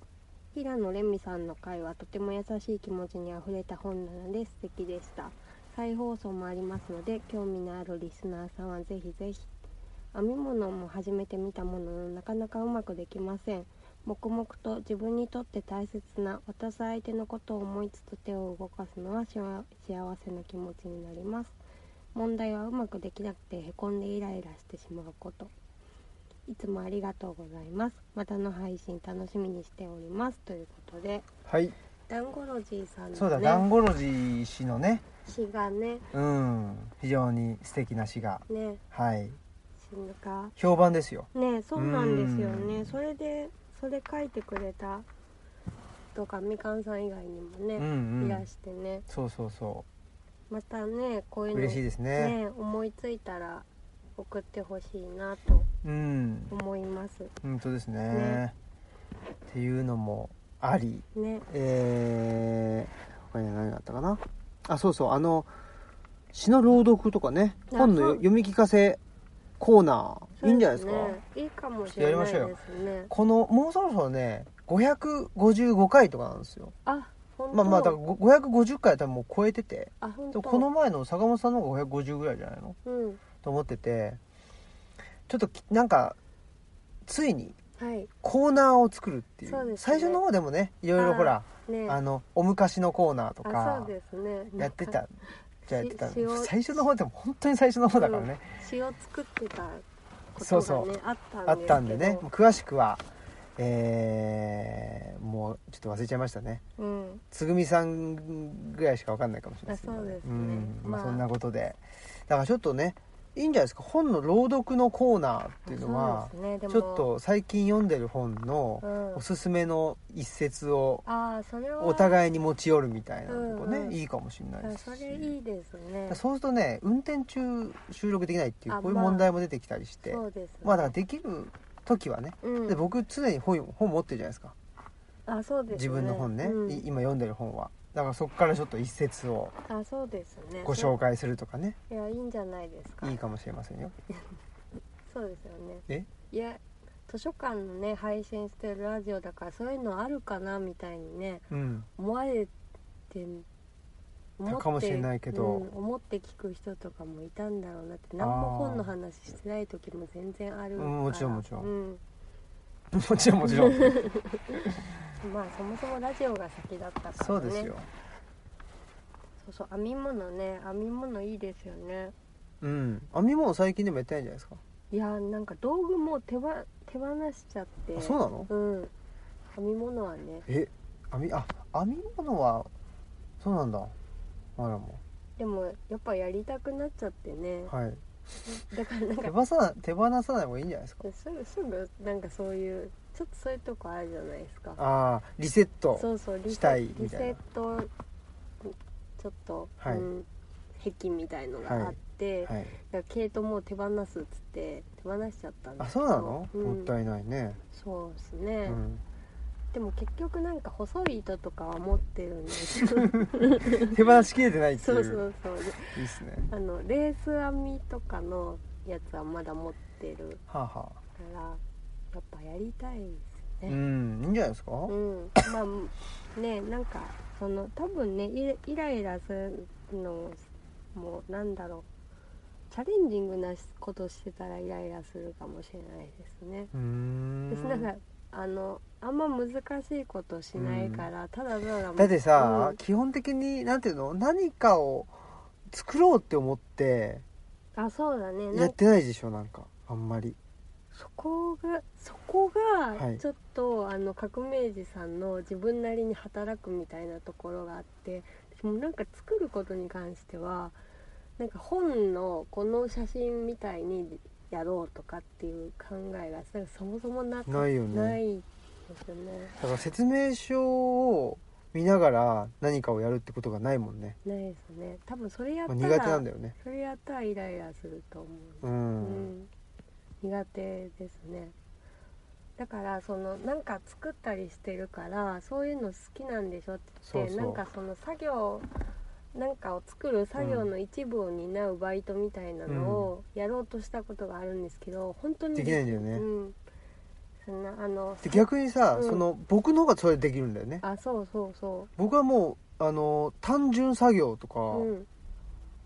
Speaker 2: 平野レミさんの回はとても優しい気持ちにあふれた本棚で素敵でした再放送もありますので興味のあるリスナーさんはぜひぜひ編み物も始めてみたもののなかなかうまくできません黙々と自分にとって大切な渡す相手のことを思いつつ手を動かすのはしわ幸せな気持ちになります問題はうまくできなくてへこんでイライラしてしまうこといつもありがとうございますまたの配信楽しみにしておりますということで
Speaker 1: はい
Speaker 2: ダンゴロジーさん
Speaker 1: そうだ、
Speaker 2: の
Speaker 1: ダン
Speaker 2: ね
Speaker 1: ゴロジー氏のね
Speaker 2: 詩がね
Speaker 1: うん非常に素敵な詩が
Speaker 2: ね
Speaker 1: はい
Speaker 2: 死ぬか
Speaker 1: 評判ですよ
Speaker 2: ねそうなんですよ
Speaker 1: う
Speaker 2: ね
Speaker 1: ん
Speaker 2: それでそれ書いてくれたとかみかんさん以外にも
Speaker 1: うん
Speaker 2: ね、
Speaker 1: うん
Speaker 2: いらしてね
Speaker 1: そうそうそ
Speaker 2: またねこういううの
Speaker 1: 嬉しいですね
Speaker 2: ね思いついたら送ってほしいなと
Speaker 1: うん
Speaker 2: 思います
Speaker 1: 本当ですね
Speaker 2: ね
Speaker 1: っていうのもあり
Speaker 2: ね
Speaker 1: えー、他には何があったかなあそうそうあの詩の朗読とかね
Speaker 2: あ
Speaker 1: 本
Speaker 2: そ
Speaker 1: の
Speaker 2: う
Speaker 1: 読み聞かせコーナーいいんじゃないですか
Speaker 2: そうねいいかもしれないです
Speaker 1: ちょっとやり
Speaker 2: ね
Speaker 1: このもうそろそろね555回とかなんですよ
Speaker 2: あ本当
Speaker 1: まあまあだからご550回は多分もう超えてて
Speaker 2: あ本当
Speaker 1: この前の坂本さんの方が550ぐらいじゃないの
Speaker 2: うん
Speaker 1: と思っててちょっときなんかついに
Speaker 2: はい
Speaker 1: コーナーを作るっていう
Speaker 2: そうですね
Speaker 1: 最初の方でもねいろいろほら
Speaker 2: ね
Speaker 1: あのお昔のコーナーと
Speaker 2: あそ
Speaker 1: か
Speaker 2: うですね
Speaker 1: やってたじゃあやってた
Speaker 2: し塩
Speaker 1: 最初の方でも本当に最初の方だからね、
Speaker 2: 詩を作ってたことがね
Speaker 1: そうそう
Speaker 2: あったん
Speaker 1: あ
Speaker 2: ですけど
Speaker 1: ったんでねもう詳しくはえー、もうちょっと忘れちゃいましたね
Speaker 2: うん
Speaker 1: つぐみさんぐらいしかわかんないかもしれない
Speaker 2: あそうですね
Speaker 1: うんまあ、
Speaker 2: まあ
Speaker 1: そんなことでだからちょっとねいいんじゃないですか本の朗読のコーナーっていうのは
Speaker 2: そうですねでも
Speaker 1: ちょっと最近読んでる本の
Speaker 2: うん
Speaker 1: おすすめの一節を
Speaker 2: ああそれは
Speaker 1: お互いに持ち寄るみたいなのとかね、
Speaker 2: うんうん
Speaker 1: いいかもしれないで
Speaker 2: あ
Speaker 1: す
Speaker 2: それいいですね
Speaker 1: そうするとね運転中収録できないっていう
Speaker 2: あ
Speaker 1: こういう
Speaker 2: まあ
Speaker 1: 問題も出てきたりして、
Speaker 2: そうですね
Speaker 1: まあだからできる時はね、
Speaker 2: うん
Speaker 1: で僕常に本本持ってるじゃないですか
Speaker 2: あそうですね
Speaker 1: 自分の本ね、
Speaker 2: うん
Speaker 1: い今読んでる本はだからそこからちょっと一節を
Speaker 2: あそうですね
Speaker 1: ご紹介するとかね
Speaker 2: いやいいんじゃないですか
Speaker 1: いいかもしれませんよ
Speaker 2: そうですよね
Speaker 1: え
Speaker 2: いや図書館のね配信してるラジオだからそういうのあるかなみたいにね
Speaker 1: うん
Speaker 2: 思われて思って
Speaker 1: かもしれないけど
Speaker 2: うん思って聞く人とかもいたんだろうなって何も本の話してない時も全然あるから
Speaker 1: うんもちろんもちろん
Speaker 2: うん
Speaker 1: もちろんもちろん
Speaker 2: まあそもそもラジオが先だったからね
Speaker 1: そうですよ
Speaker 2: そうそう編み物ね編み物いいですよね
Speaker 1: うん編み物最近でもやってないんじゃないですか
Speaker 2: いやーなんか道具もう手ば手放しちゃって
Speaker 1: あそうなの
Speaker 2: うん編み物はね
Speaker 1: え編みあ編み物はそうなんだあらも
Speaker 2: でもやっぱやりたくなっちゃってね
Speaker 1: はい
Speaker 2: だからなん
Speaker 1: 手
Speaker 2: か
Speaker 1: 放さ手放さない方がいいんじゃないですか
Speaker 2: すぐすぐなんかそういうちょっとそういうとこあるじゃないですか
Speaker 1: ああリセット
Speaker 2: そうそうリ
Speaker 1: し
Speaker 2: セ
Speaker 1: たい
Speaker 2: ット
Speaker 1: み
Speaker 2: リ
Speaker 1: たいな
Speaker 2: セットちょっと、
Speaker 1: はい
Speaker 2: うん、壁みたいのがあって、
Speaker 1: はい
Speaker 2: だから毛糸もう手放すっつって手放しちゃったんで
Speaker 1: あ
Speaker 2: す
Speaker 1: そうなの、
Speaker 2: うん
Speaker 1: もったいないね、
Speaker 2: そうです
Speaker 1: う
Speaker 2: ね、
Speaker 1: ん、
Speaker 2: でも結局なんか細い糸とかは持ってるん ですよ
Speaker 1: 手放しきれてないってい
Speaker 2: そううそうそうで
Speaker 1: いいっすね
Speaker 2: あのレース編みとかのやつはまだ持ってる
Speaker 1: はあ、は
Speaker 2: からやっぱやりたいです
Speaker 1: あ、
Speaker 2: ね、
Speaker 1: うんいいんじゃないですか、
Speaker 2: うん、まあねなんかその多分ねイライライラするのもなんだろうチャレンジングなことしてたらイライラするかもしれないですね。
Speaker 1: うーん
Speaker 2: ですなんかあのあんま難しいことしないから、ただただ
Speaker 1: だってさ、
Speaker 2: うん
Speaker 1: 基本的になんていうの何かを作ろうって思って
Speaker 2: あそうだ
Speaker 1: や
Speaker 2: ねなん
Speaker 1: っ
Speaker 2: か
Speaker 1: てないでしょなんかあんまり
Speaker 2: そこがそこ
Speaker 1: は
Speaker 2: が
Speaker 1: い
Speaker 2: ちょっと、あの革命児さんの自分なりに働くみたいなところがあって私もなんか作ることに関してはなんか本のこの写真みたいにやろうとかっていう考えがなんかそもそもなく
Speaker 1: ないよね
Speaker 2: ないですよね
Speaker 1: だから説明書を見ながら何かをやるってことがないもんね、
Speaker 2: ないですね多分それやっ
Speaker 1: まあ、
Speaker 2: た
Speaker 1: 苦
Speaker 2: ら、
Speaker 1: 手なんだよね
Speaker 2: それやったらイライラすると思う
Speaker 1: うん、
Speaker 2: うん、苦手ですねだからそのなんか作ったりしてるからそういうの好きなんでしょって
Speaker 1: そうそう
Speaker 2: なんかその作業なんかを作る作業の一部を担うバイトみたいなのをやろうとしたことがあるんですけど、本当に
Speaker 1: できないんだよね、
Speaker 2: うんそんなあの
Speaker 1: で逆にさ、
Speaker 2: うん
Speaker 1: その僕の方がそれできるんだよね
Speaker 2: あそうそうそ
Speaker 1: 僕はもうあの単純作業とか、
Speaker 2: ううん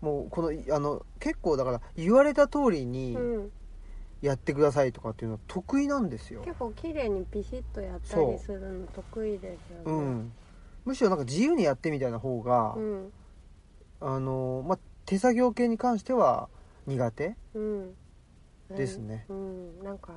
Speaker 1: もうこのあの結構だから言われた通りに
Speaker 2: うん
Speaker 1: やってくださいとかっていうのは得意なんですよ、
Speaker 2: 結構綺麗にピシッとやった
Speaker 1: そう
Speaker 2: りするの得意ですよね
Speaker 1: うん、むしろなんか自由にやってみたいな方が、
Speaker 2: うん
Speaker 1: あのまあ、手作業系に関しては苦手
Speaker 2: うん
Speaker 1: ですね
Speaker 2: うんなんか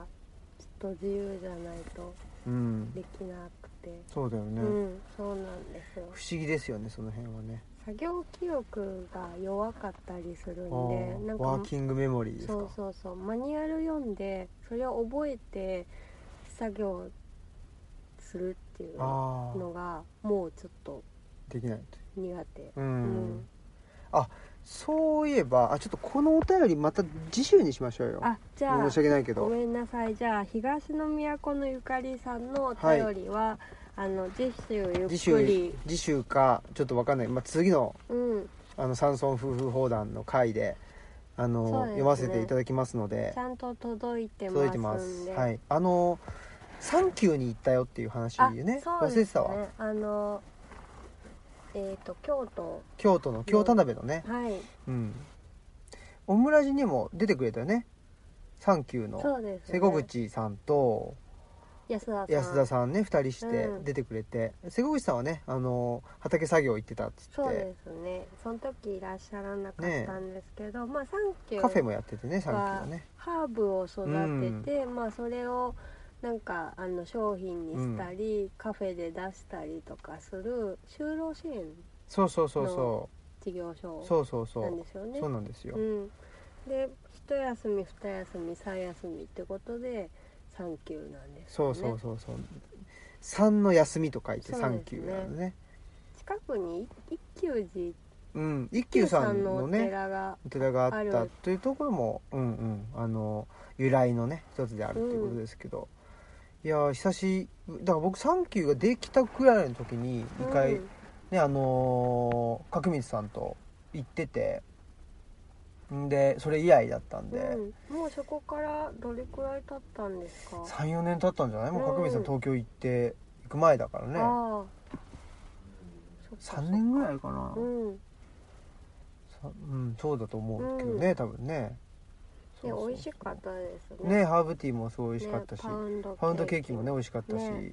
Speaker 2: ちょっと自由じゃないと
Speaker 1: うん
Speaker 2: できなくて、
Speaker 1: そうだよね、
Speaker 2: うんそうなんですよ
Speaker 1: 不思議ですよねその辺はね
Speaker 2: 作業記憶が弱かったりする
Speaker 1: あ
Speaker 2: んで
Speaker 1: ー
Speaker 2: なんか
Speaker 1: ワーキングメモリーですか
Speaker 2: そうそうそうマニュアル読んでそれを覚えて作業するっていうの
Speaker 1: ああ
Speaker 2: がもうちょっと
Speaker 1: できないと
Speaker 2: 苦手
Speaker 1: う、
Speaker 2: うんん
Speaker 1: そういえばあちょっとこのお便りまた次週にしましょうよ
Speaker 2: あじゃあ
Speaker 1: 申し訳ないけ
Speaker 2: ご
Speaker 1: ど
Speaker 2: めんなさいじゃあ東の都のゆかりさんのお便りは、あの次週ゆ
Speaker 1: 次
Speaker 2: っく
Speaker 1: 週
Speaker 2: り
Speaker 1: 次週かちょっとわかんない、まあ、次の
Speaker 2: うん
Speaker 1: あの山村夫婦砲弾の回であの
Speaker 2: そうですね
Speaker 1: 読ませていただきますので
Speaker 2: ちゃんと届いて
Speaker 1: 届いて
Speaker 2: ま
Speaker 1: ます
Speaker 2: ん
Speaker 1: す
Speaker 2: で。
Speaker 1: はいあのサンキューに行ったよっていう話
Speaker 2: あ、
Speaker 1: ねね
Speaker 2: そう
Speaker 1: 忘
Speaker 2: で
Speaker 1: れ
Speaker 2: す
Speaker 1: てたわ
Speaker 2: ね。あのえっ、と京都
Speaker 1: 京都の京田辺のね
Speaker 2: はい
Speaker 1: うんオムラジにも出てくれたよねサンキューの
Speaker 2: そうです、ね。
Speaker 1: 瀬古口さんと
Speaker 2: 安田さん。
Speaker 1: 安田さんね2人して
Speaker 2: うん
Speaker 1: 出てくれて、瀬古口さんはねあの畑作業行ってたっつっ
Speaker 2: そう
Speaker 1: て
Speaker 2: ですね。その時いらっしゃらなかったんですけど、まあサンキュー
Speaker 1: カフェもやっててねサンキューはね
Speaker 2: ハーブを育てて、まあそれをなんかあの商品にしたり、カフェで出したりとかする就労支援
Speaker 1: そうそうそうそ
Speaker 2: 事業
Speaker 1: う
Speaker 2: 所
Speaker 1: そうそうそ
Speaker 2: なん
Speaker 1: う
Speaker 2: ですよね
Speaker 1: そう。なんですよ、
Speaker 2: うん、で一休み二休み三休みってことで産休なんです
Speaker 1: そ
Speaker 2: よ
Speaker 1: う
Speaker 2: ね
Speaker 1: そうそうそう3の休みと書いて
Speaker 2: そうですね
Speaker 1: 3休なんでね
Speaker 2: 近くに一休寺
Speaker 1: うん一
Speaker 2: 一
Speaker 1: 休
Speaker 2: 休
Speaker 1: さ
Speaker 2: さん
Speaker 1: ん
Speaker 2: の
Speaker 1: の
Speaker 2: お
Speaker 1: ね
Speaker 2: 寺が、
Speaker 1: お寺があっ
Speaker 2: あ
Speaker 1: た
Speaker 2: る
Speaker 1: というところもうんうんあの由来のね一つであるっていうことですけど、いやー久しだから僕「サンキュー」ができたくらいの時に2回、
Speaker 2: うん
Speaker 1: ねあのー角光さんと行っててんでそれ以来だったんで、
Speaker 2: うん、もうそこからどれくらい経ったんですか、
Speaker 1: 34年経ったんじゃないもう
Speaker 2: うん
Speaker 1: 角光さん東京行って行く前だからね、
Speaker 2: ああ
Speaker 1: 3年ぐらいかな、
Speaker 2: うん
Speaker 1: さうん、そうだと思うけどね、多分ね
Speaker 2: で
Speaker 1: そうそう
Speaker 2: 美味しかったですね
Speaker 1: ねハーブティーもすごい美味しかったし、
Speaker 2: ねパウンド
Speaker 1: パウンドケーキもね美味しかったし、
Speaker 2: ね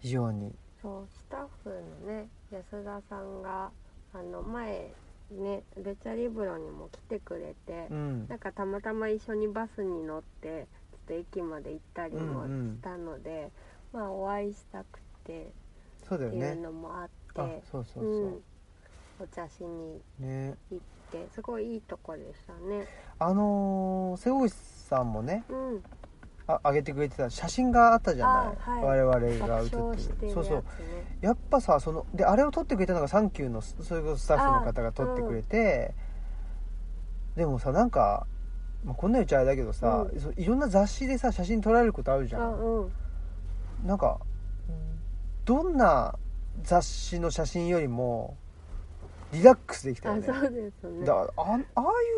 Speaker 1: 非常に
Speaker 2: そうスタッフのね安田さんがあの前ねベチャリブロにも来てくれて、
Speaker 1: うん
Speaker 2: なんかたまたま一緒にバスに乗ってちょっと駅まで行ったりも
Speaker 1: うんうん
Speaker 2: したので、まあお会いしたくて
Speaker 1: そうだよ
Speaker 2: っていう
Speaker 1: ね
Speaker 2: のもあって
Speaker 1: あそうそうそう、
Speaker 2: うん、お茶しに
Speaker 1: ね
Speaker 2: 行ってすごいいいとこでしたね
Speaker 1: あのー瀬尾さんもね
Speaker 2: うん
Speaker 1: あ上げてくれてた写真があったじゃない、
Speaker 2: あはい
Speaker 1: 我々が
Speaker 2: 爆
Speaker 1: 写
Speaker 2: 笑
Speaker 1: っ
Speaker 2: してて
Speaker 1: る
Speaker 2: るやつね
Speaker 1: そうそうやっぱさそのであれを撮ってくれたのが「サンキューのスそれこそスタッフの方が撮ってくれて、でもさなんか、まあ、こんな言っちゃあれだけどさ、
Speaker 2: う
Speaker 1: そういろんな雑誌でさ写真撮られることあるじゃ
Speaker 2: あ
Speaker 1: ん、
Speaker 2: うん
Speaker 1: なんかどんな雑誌の写真よりもリラックスできたよ
Speaker 2: あ
Speaker 1: ね
Speaker 2: そうですね
Speaker 1: だあああい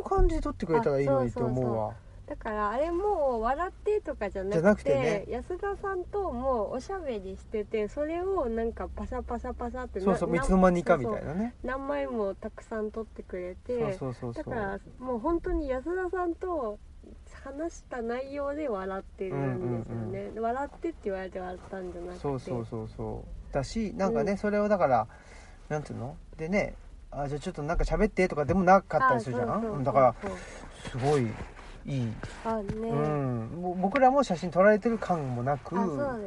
Speaker 1: う感じで撮ってくれたらいいのにって思うわ
Speaker 2: だからあれもう笑ってとかじゃなくて
Speaker 1: じゃなくてね
Speaker 2: 安田さんともうおしゃべりしててそれをなんかパサパサパサってな
Speaker 1: そうそうい
Speaker 2: な
Speaker 1: つの間にかみた
Speaker 2: そう
Speaker 1: い
Speaker 2: そう
Speaker 1: なね
Speaker 2: 何枚もたくさん撮ってくれて
Speaker 1: そうそうそうそう
Speaker 2: だからもう本当に安田さんと話した内容で笑ってるんですよね、笑ってって言われて笑ったんじゃなくて
Speaker 1: そうそうそうそうだしなんかね、
Speaker 2: うん
Speaker 1: それをだからなんていうのでねあじゃあちょっとなんか喋ってとかでもなかったりするじゃ
Speaker 2: あ
Speaker 1: ん
Speaker 2: そうそうそう
Speaker 1: だからすごいいい、
Speaker 2: あね、
Speaker 1: うんぼ僕らも写真撮られてる感もなく
Speaker 2: あそう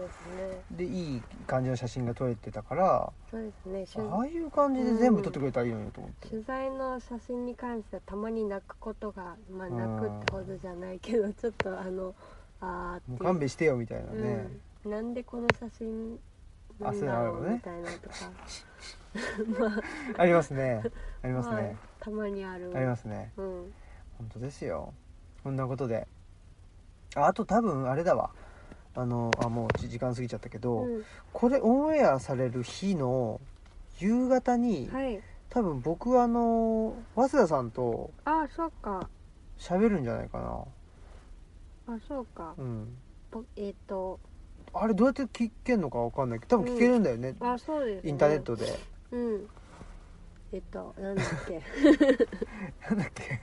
Speaker 2: です
Speaker 1: で
Speaker 2: ね
Speaker 1: いい感じの写真が撮れてたから
Speaker 2: そうですね
Speaker 1: ああいう感じで全部撮ってくれたらいいのにと思って、
Speaker 2: 取材の写真に関してはたまに泣くことがまあ泣くってほどじゃないけどちょっとあのあー
Speaker 1: も
Speaker 2: っ
Speaker 1: う
Speaker 2: て
Speaker 1: 勘弁してよみたいな
Speaker 2: う
Speaker 1: ね、
Speaker 2: ん、なんでこの写真なんだろ
Speaker 1: あそうなるほど
Speaker 2: う
Speaker 1: ね
Speaker 2: みたいなとか、
Speaker 1: あります ねありますね、
Speaker 2: はいたまにある
Speaker 1: ありますね
Speaker 2: うん
Speaker 1: 本当ですよこんなことでああと多分あれだわあのあもうじ時間過ぎちゃったけど、
Speaker 2: うん
Speaker 1: これオンエアされる日の夕方に、
Speaker 2: はい
Speaker 1: 多分僕あの早稲田さんと
Speaker 2: ああそうか
Speaker 1: 喋るんじゃないかな
Speaker 2: あそうか
Speaker 1: うん
Speaker 2: ぼえっ、と
Speaker 1: あれどうやって聞けんのかわかんないけど多分聞けるんだよね、
Speaker 2: あそうです、ね、
Speaker 1: インターネットで
Speaker 2: うんえっとなんだっけ
Speaker 1: なんだっけ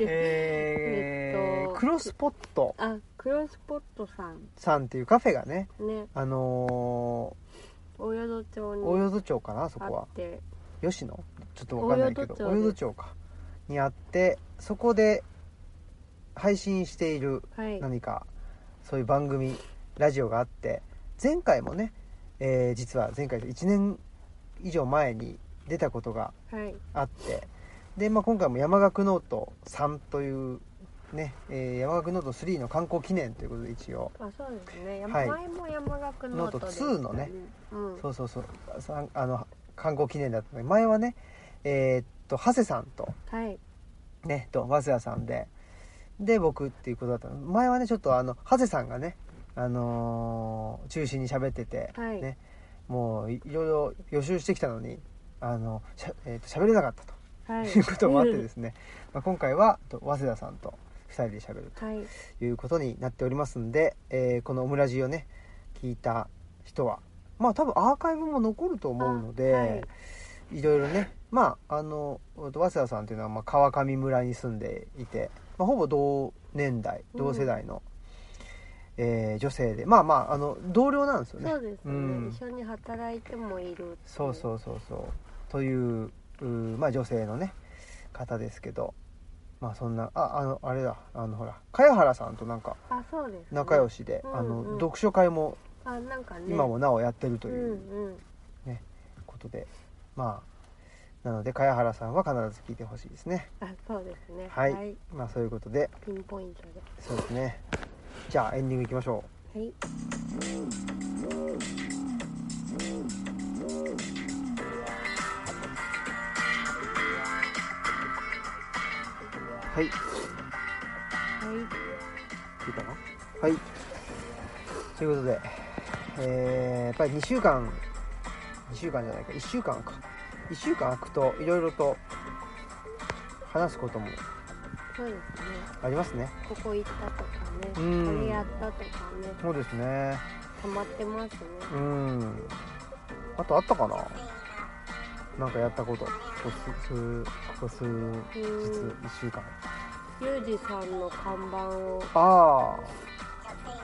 Speaker 1: え
Speaker 2: えっ
Speaker 1: ー、
Speaker 2: と
Speaker 1: クロスポット
Speaker 2: あクロスポットさん
Speaker 1: さんっていうカフェがね
Speaker 2: ね
Speaker 1: あの
Speaker 2: 大淀町
Speaker 1: ー、
Speaker 2: に
Speaker 1: 大淀町かなそ
Speaker 2: あ
Speaker 1: こは
Speaker 2: って
Speaker 1: 吉野ちょっとわかんないけど
Speaker 2: 大淀町
Speaker 1: 大淀町かにあってそこで配信している
Speaker 2: はい
Speaker 1: 何かそういう番組ラジオがあって前回もね、えー実は前回1年以上前に出たことが
Speaker 2: はい
Speaker 1: あってで、まあ、今回も山岳ノート3というね、えー山岳ノート3の観光記念ということで一応
Speaker 2: あそうですね、や
Speaker 1: はい
Speaker 2: 前も山岳ノートでした
Speaker 1: ノート2のね
Speaker 2: うん
Speaker 1: そうそうそうさんあの観光記念だったので前はねえーっと長谷さんと
Speaker 2: はい
Speaker 1: ねと早稲田さんでで僕っていうことだったの前はねちょっとあの長谷さんがねあのー中心に喋ってて、
Speaker 2: はい
Speaker 1: ね、もういいろいろ予習してきたのにあのしゃ、えーと喋れなかったと
Speaker 2: は い
Speaker 1: いうこともあってですね、まあ今回はと早稲田さんと2人で喋る
Speaker 2: はい
Speaker 1: ということになっておりますんで、えーこのオムラジをね聞いた人はまあ多分アーカイブも残ると思うので、
Speaker 2: あはい
Speaker 1: いろいろねまああの早稲田さんというのはまあ川上村に住んでいて、まあ、ほぼ同年代
Speaker 2: うん
Speaker 1: 同世代の、えー女性でまあまああの同僚なんですよね
Speaker 2: そうですね、
Speaker 1: うん
Speaker 2: 一緒に働いてもいる
Speaker 1: そう
Speaker 2: う
Speaker 1: そうそうそうといううーまあ女性のね方ですけどまあそんなああのあれだあのほら茅原さんとなんか
Speaker 2: あそうです、ね、
Speaker 1: 仲良しで、
Speaker 2: うん
Speaker 1: あ
Speaker 2: うん
Speaker 1: の
Speaker 2: うん
Speaker 1: 読書会も
Speaker 2: あなんかね
Speaker 1: 今もなおやってると
Speaker 2: う
Speaker 1: いうん
Speaker 2: うん
Speaker 1: ことで、まあなので茅原さんは必ず聞いてほしいですね
Speaker 2: あそうですね
Speaker 1: はい、まあそういうことで
Speaker 2: ピンポイントで
Speaker 1: そうですねじゃあエンディングいきましょ
Speaker 2: はい
Speaker 1: うはい
Speaker 2: はい
Speaker 1: いいかなはいということで、えーやっぱり2週間2週間じゃないか1週間か1週間空くといろいろと話すことも
Speaker 2: そうですね
Speaker 1: ありますね
Speaker 2: ここ行ったとかね
Speaker 1: うん
Speaker 2: これやったとかね
Speaker 1: そうですね
Speaker 2: 溜まってますね
Speaker 1: うんあとあったかななんかやったことここ数ここ数日
Speaker 2: うん
Speaker 1: 1週間
Speaker 2: ゆうじさんの看板を
Speaker 1: ああ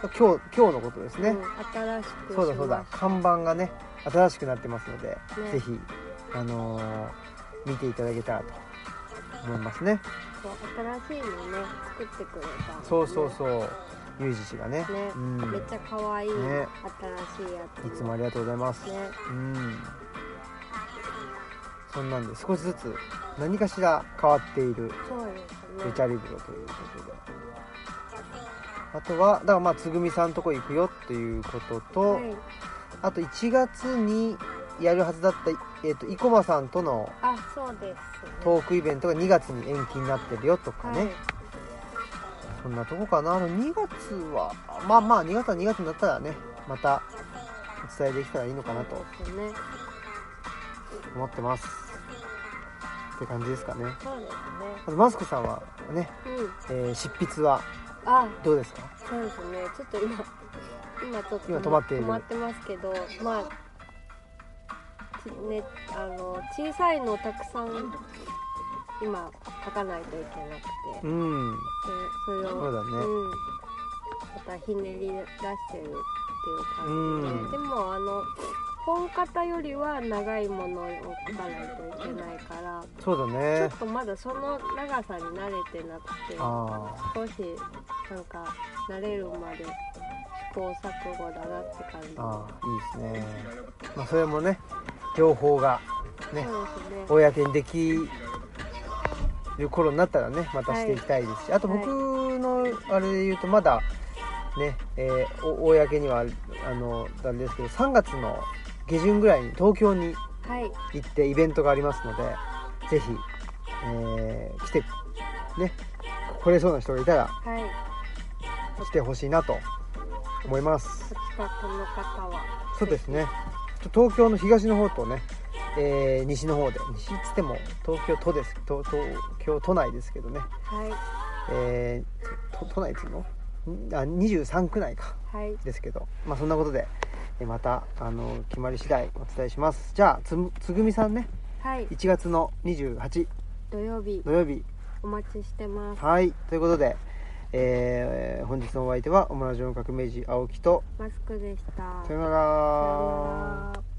Speaker 1: 今日今日のことですね、
Speaker 2: うん新しくしました
Speaker 1: そうだそうだ看板がね新しくなってますので、
Speaker 2: ね
Speaker 1: ぜひあのー見ていただけたらと思いますね
Speaker 2: そう新しいのね作ってくれたのね
Speaker 1: そうそうそうゆうじ氏がね
Speaker 2: ね
Speaker 1: うん、
Speaker 2: めっちゃ可愛い、
Speaker 1: ね
Speaker 2: 新しいやつ
Speaker 1: いつもありがとうございます、
Speaker 2: ね
Speaker 1: うんそんなんで少しずつ何かしら変わっている
Speaker 2: そうで
Speaker 1: ル
Speaker 2: す
Speaker 1: チ
Speaker 2: ね
Speaker 1: ャリブロということであとはだからまあつぐみさんとこ行くよっていうことと、
Speaker 2: はい
Speaker 1: あと1月にやるはずだった、えっと生駒さんとの
Speaker 2: あそうです、ね、
Speaker 1: トークイベントが2月に延期になってるよとかね、
Speaker 2: はい
Speaker 1: そんなとこかなあの2月はまあまあ2月は2月になったらねまたお伝えできたらいいのかなと
Speaker 2: そうですね
Speaker 1: 思ってますって感じですかね
Speaker 2: そうですね
Speaker 1: あとマスクさんはね、
Speaker 2: うん
Speaker 1: えー執筆は
Speaker 2: あ
Speaker 1: どうですか
Speaker 2: そうですねちょっと今今ちょっと
Speaker 1: 今止まっている
Speaker 2: 止まってますけどまあちね、あの小さいのをたくさん今書かないといけなくて、
Speaker 1: うん
Speaker 2: それ
Speaker 1: そう
Speaker 2: を
Speaker 1: だね
Speaker 2: うん、またひねり出してるっていう
Speaker 1: う
Speaker 2: 感
Speaker 1: ん
Speaker 2: じで、でもあの本型よりは長いものを書かないといけないから、
Speaker 1: そうだ
Speaker 2: ちょ
Speaker 1: ね
Speaker 2: っとまだその長さに慣れてなくて
Speaker 1: ああ
Speaker 2: 少しなんか慣れるまで試行錯誤だなって感じ
Speaker 1: ああいいですねまあそれもね情報がね
Speaker 2: そうですね
Speaker 1: 公にできる頃になったらねまたしていきたいですし、あと僕のあれで言うとまだね、えーお公にはあのなんですけど3月の下旬ぐらいに東京に
Speaker 2: はい
Speaker 1: 行ってイベントがありますのでぜひ、えー来てね来れそうな人がいたら
Speaker 2: はい
Speaker 1: 来てほしいなと思います。
Speaker 2: お近くの方は
Speaker 1: そうですね。ちょ東京の東の方とね、えー西の方で、西っつっても東京都です。東東京都内ですけどね。
Speaker 2: はい
Speaker 1: えーと都内っつうの？んあ、23区内か
Speaker 2: はい
Speaker 1: ですけど、まあそんなことで。えーまたあの決まり次第お伝えしますじゃあつつぐみさんね
Speaker 2: はい
Speaker 1: 1月の28
Speaker 2: 土曜日
Speaker 1: 土曜日
Speaker 2: お待ちしてます
Speaker 1: はいということで、えー本日のお相手はオムラジオの革命児青木と
Speaker 2: マスクでした
Speaker 1: さよ
Speaker 2: さ
Speaker 1: なら
Speaker 2: よなら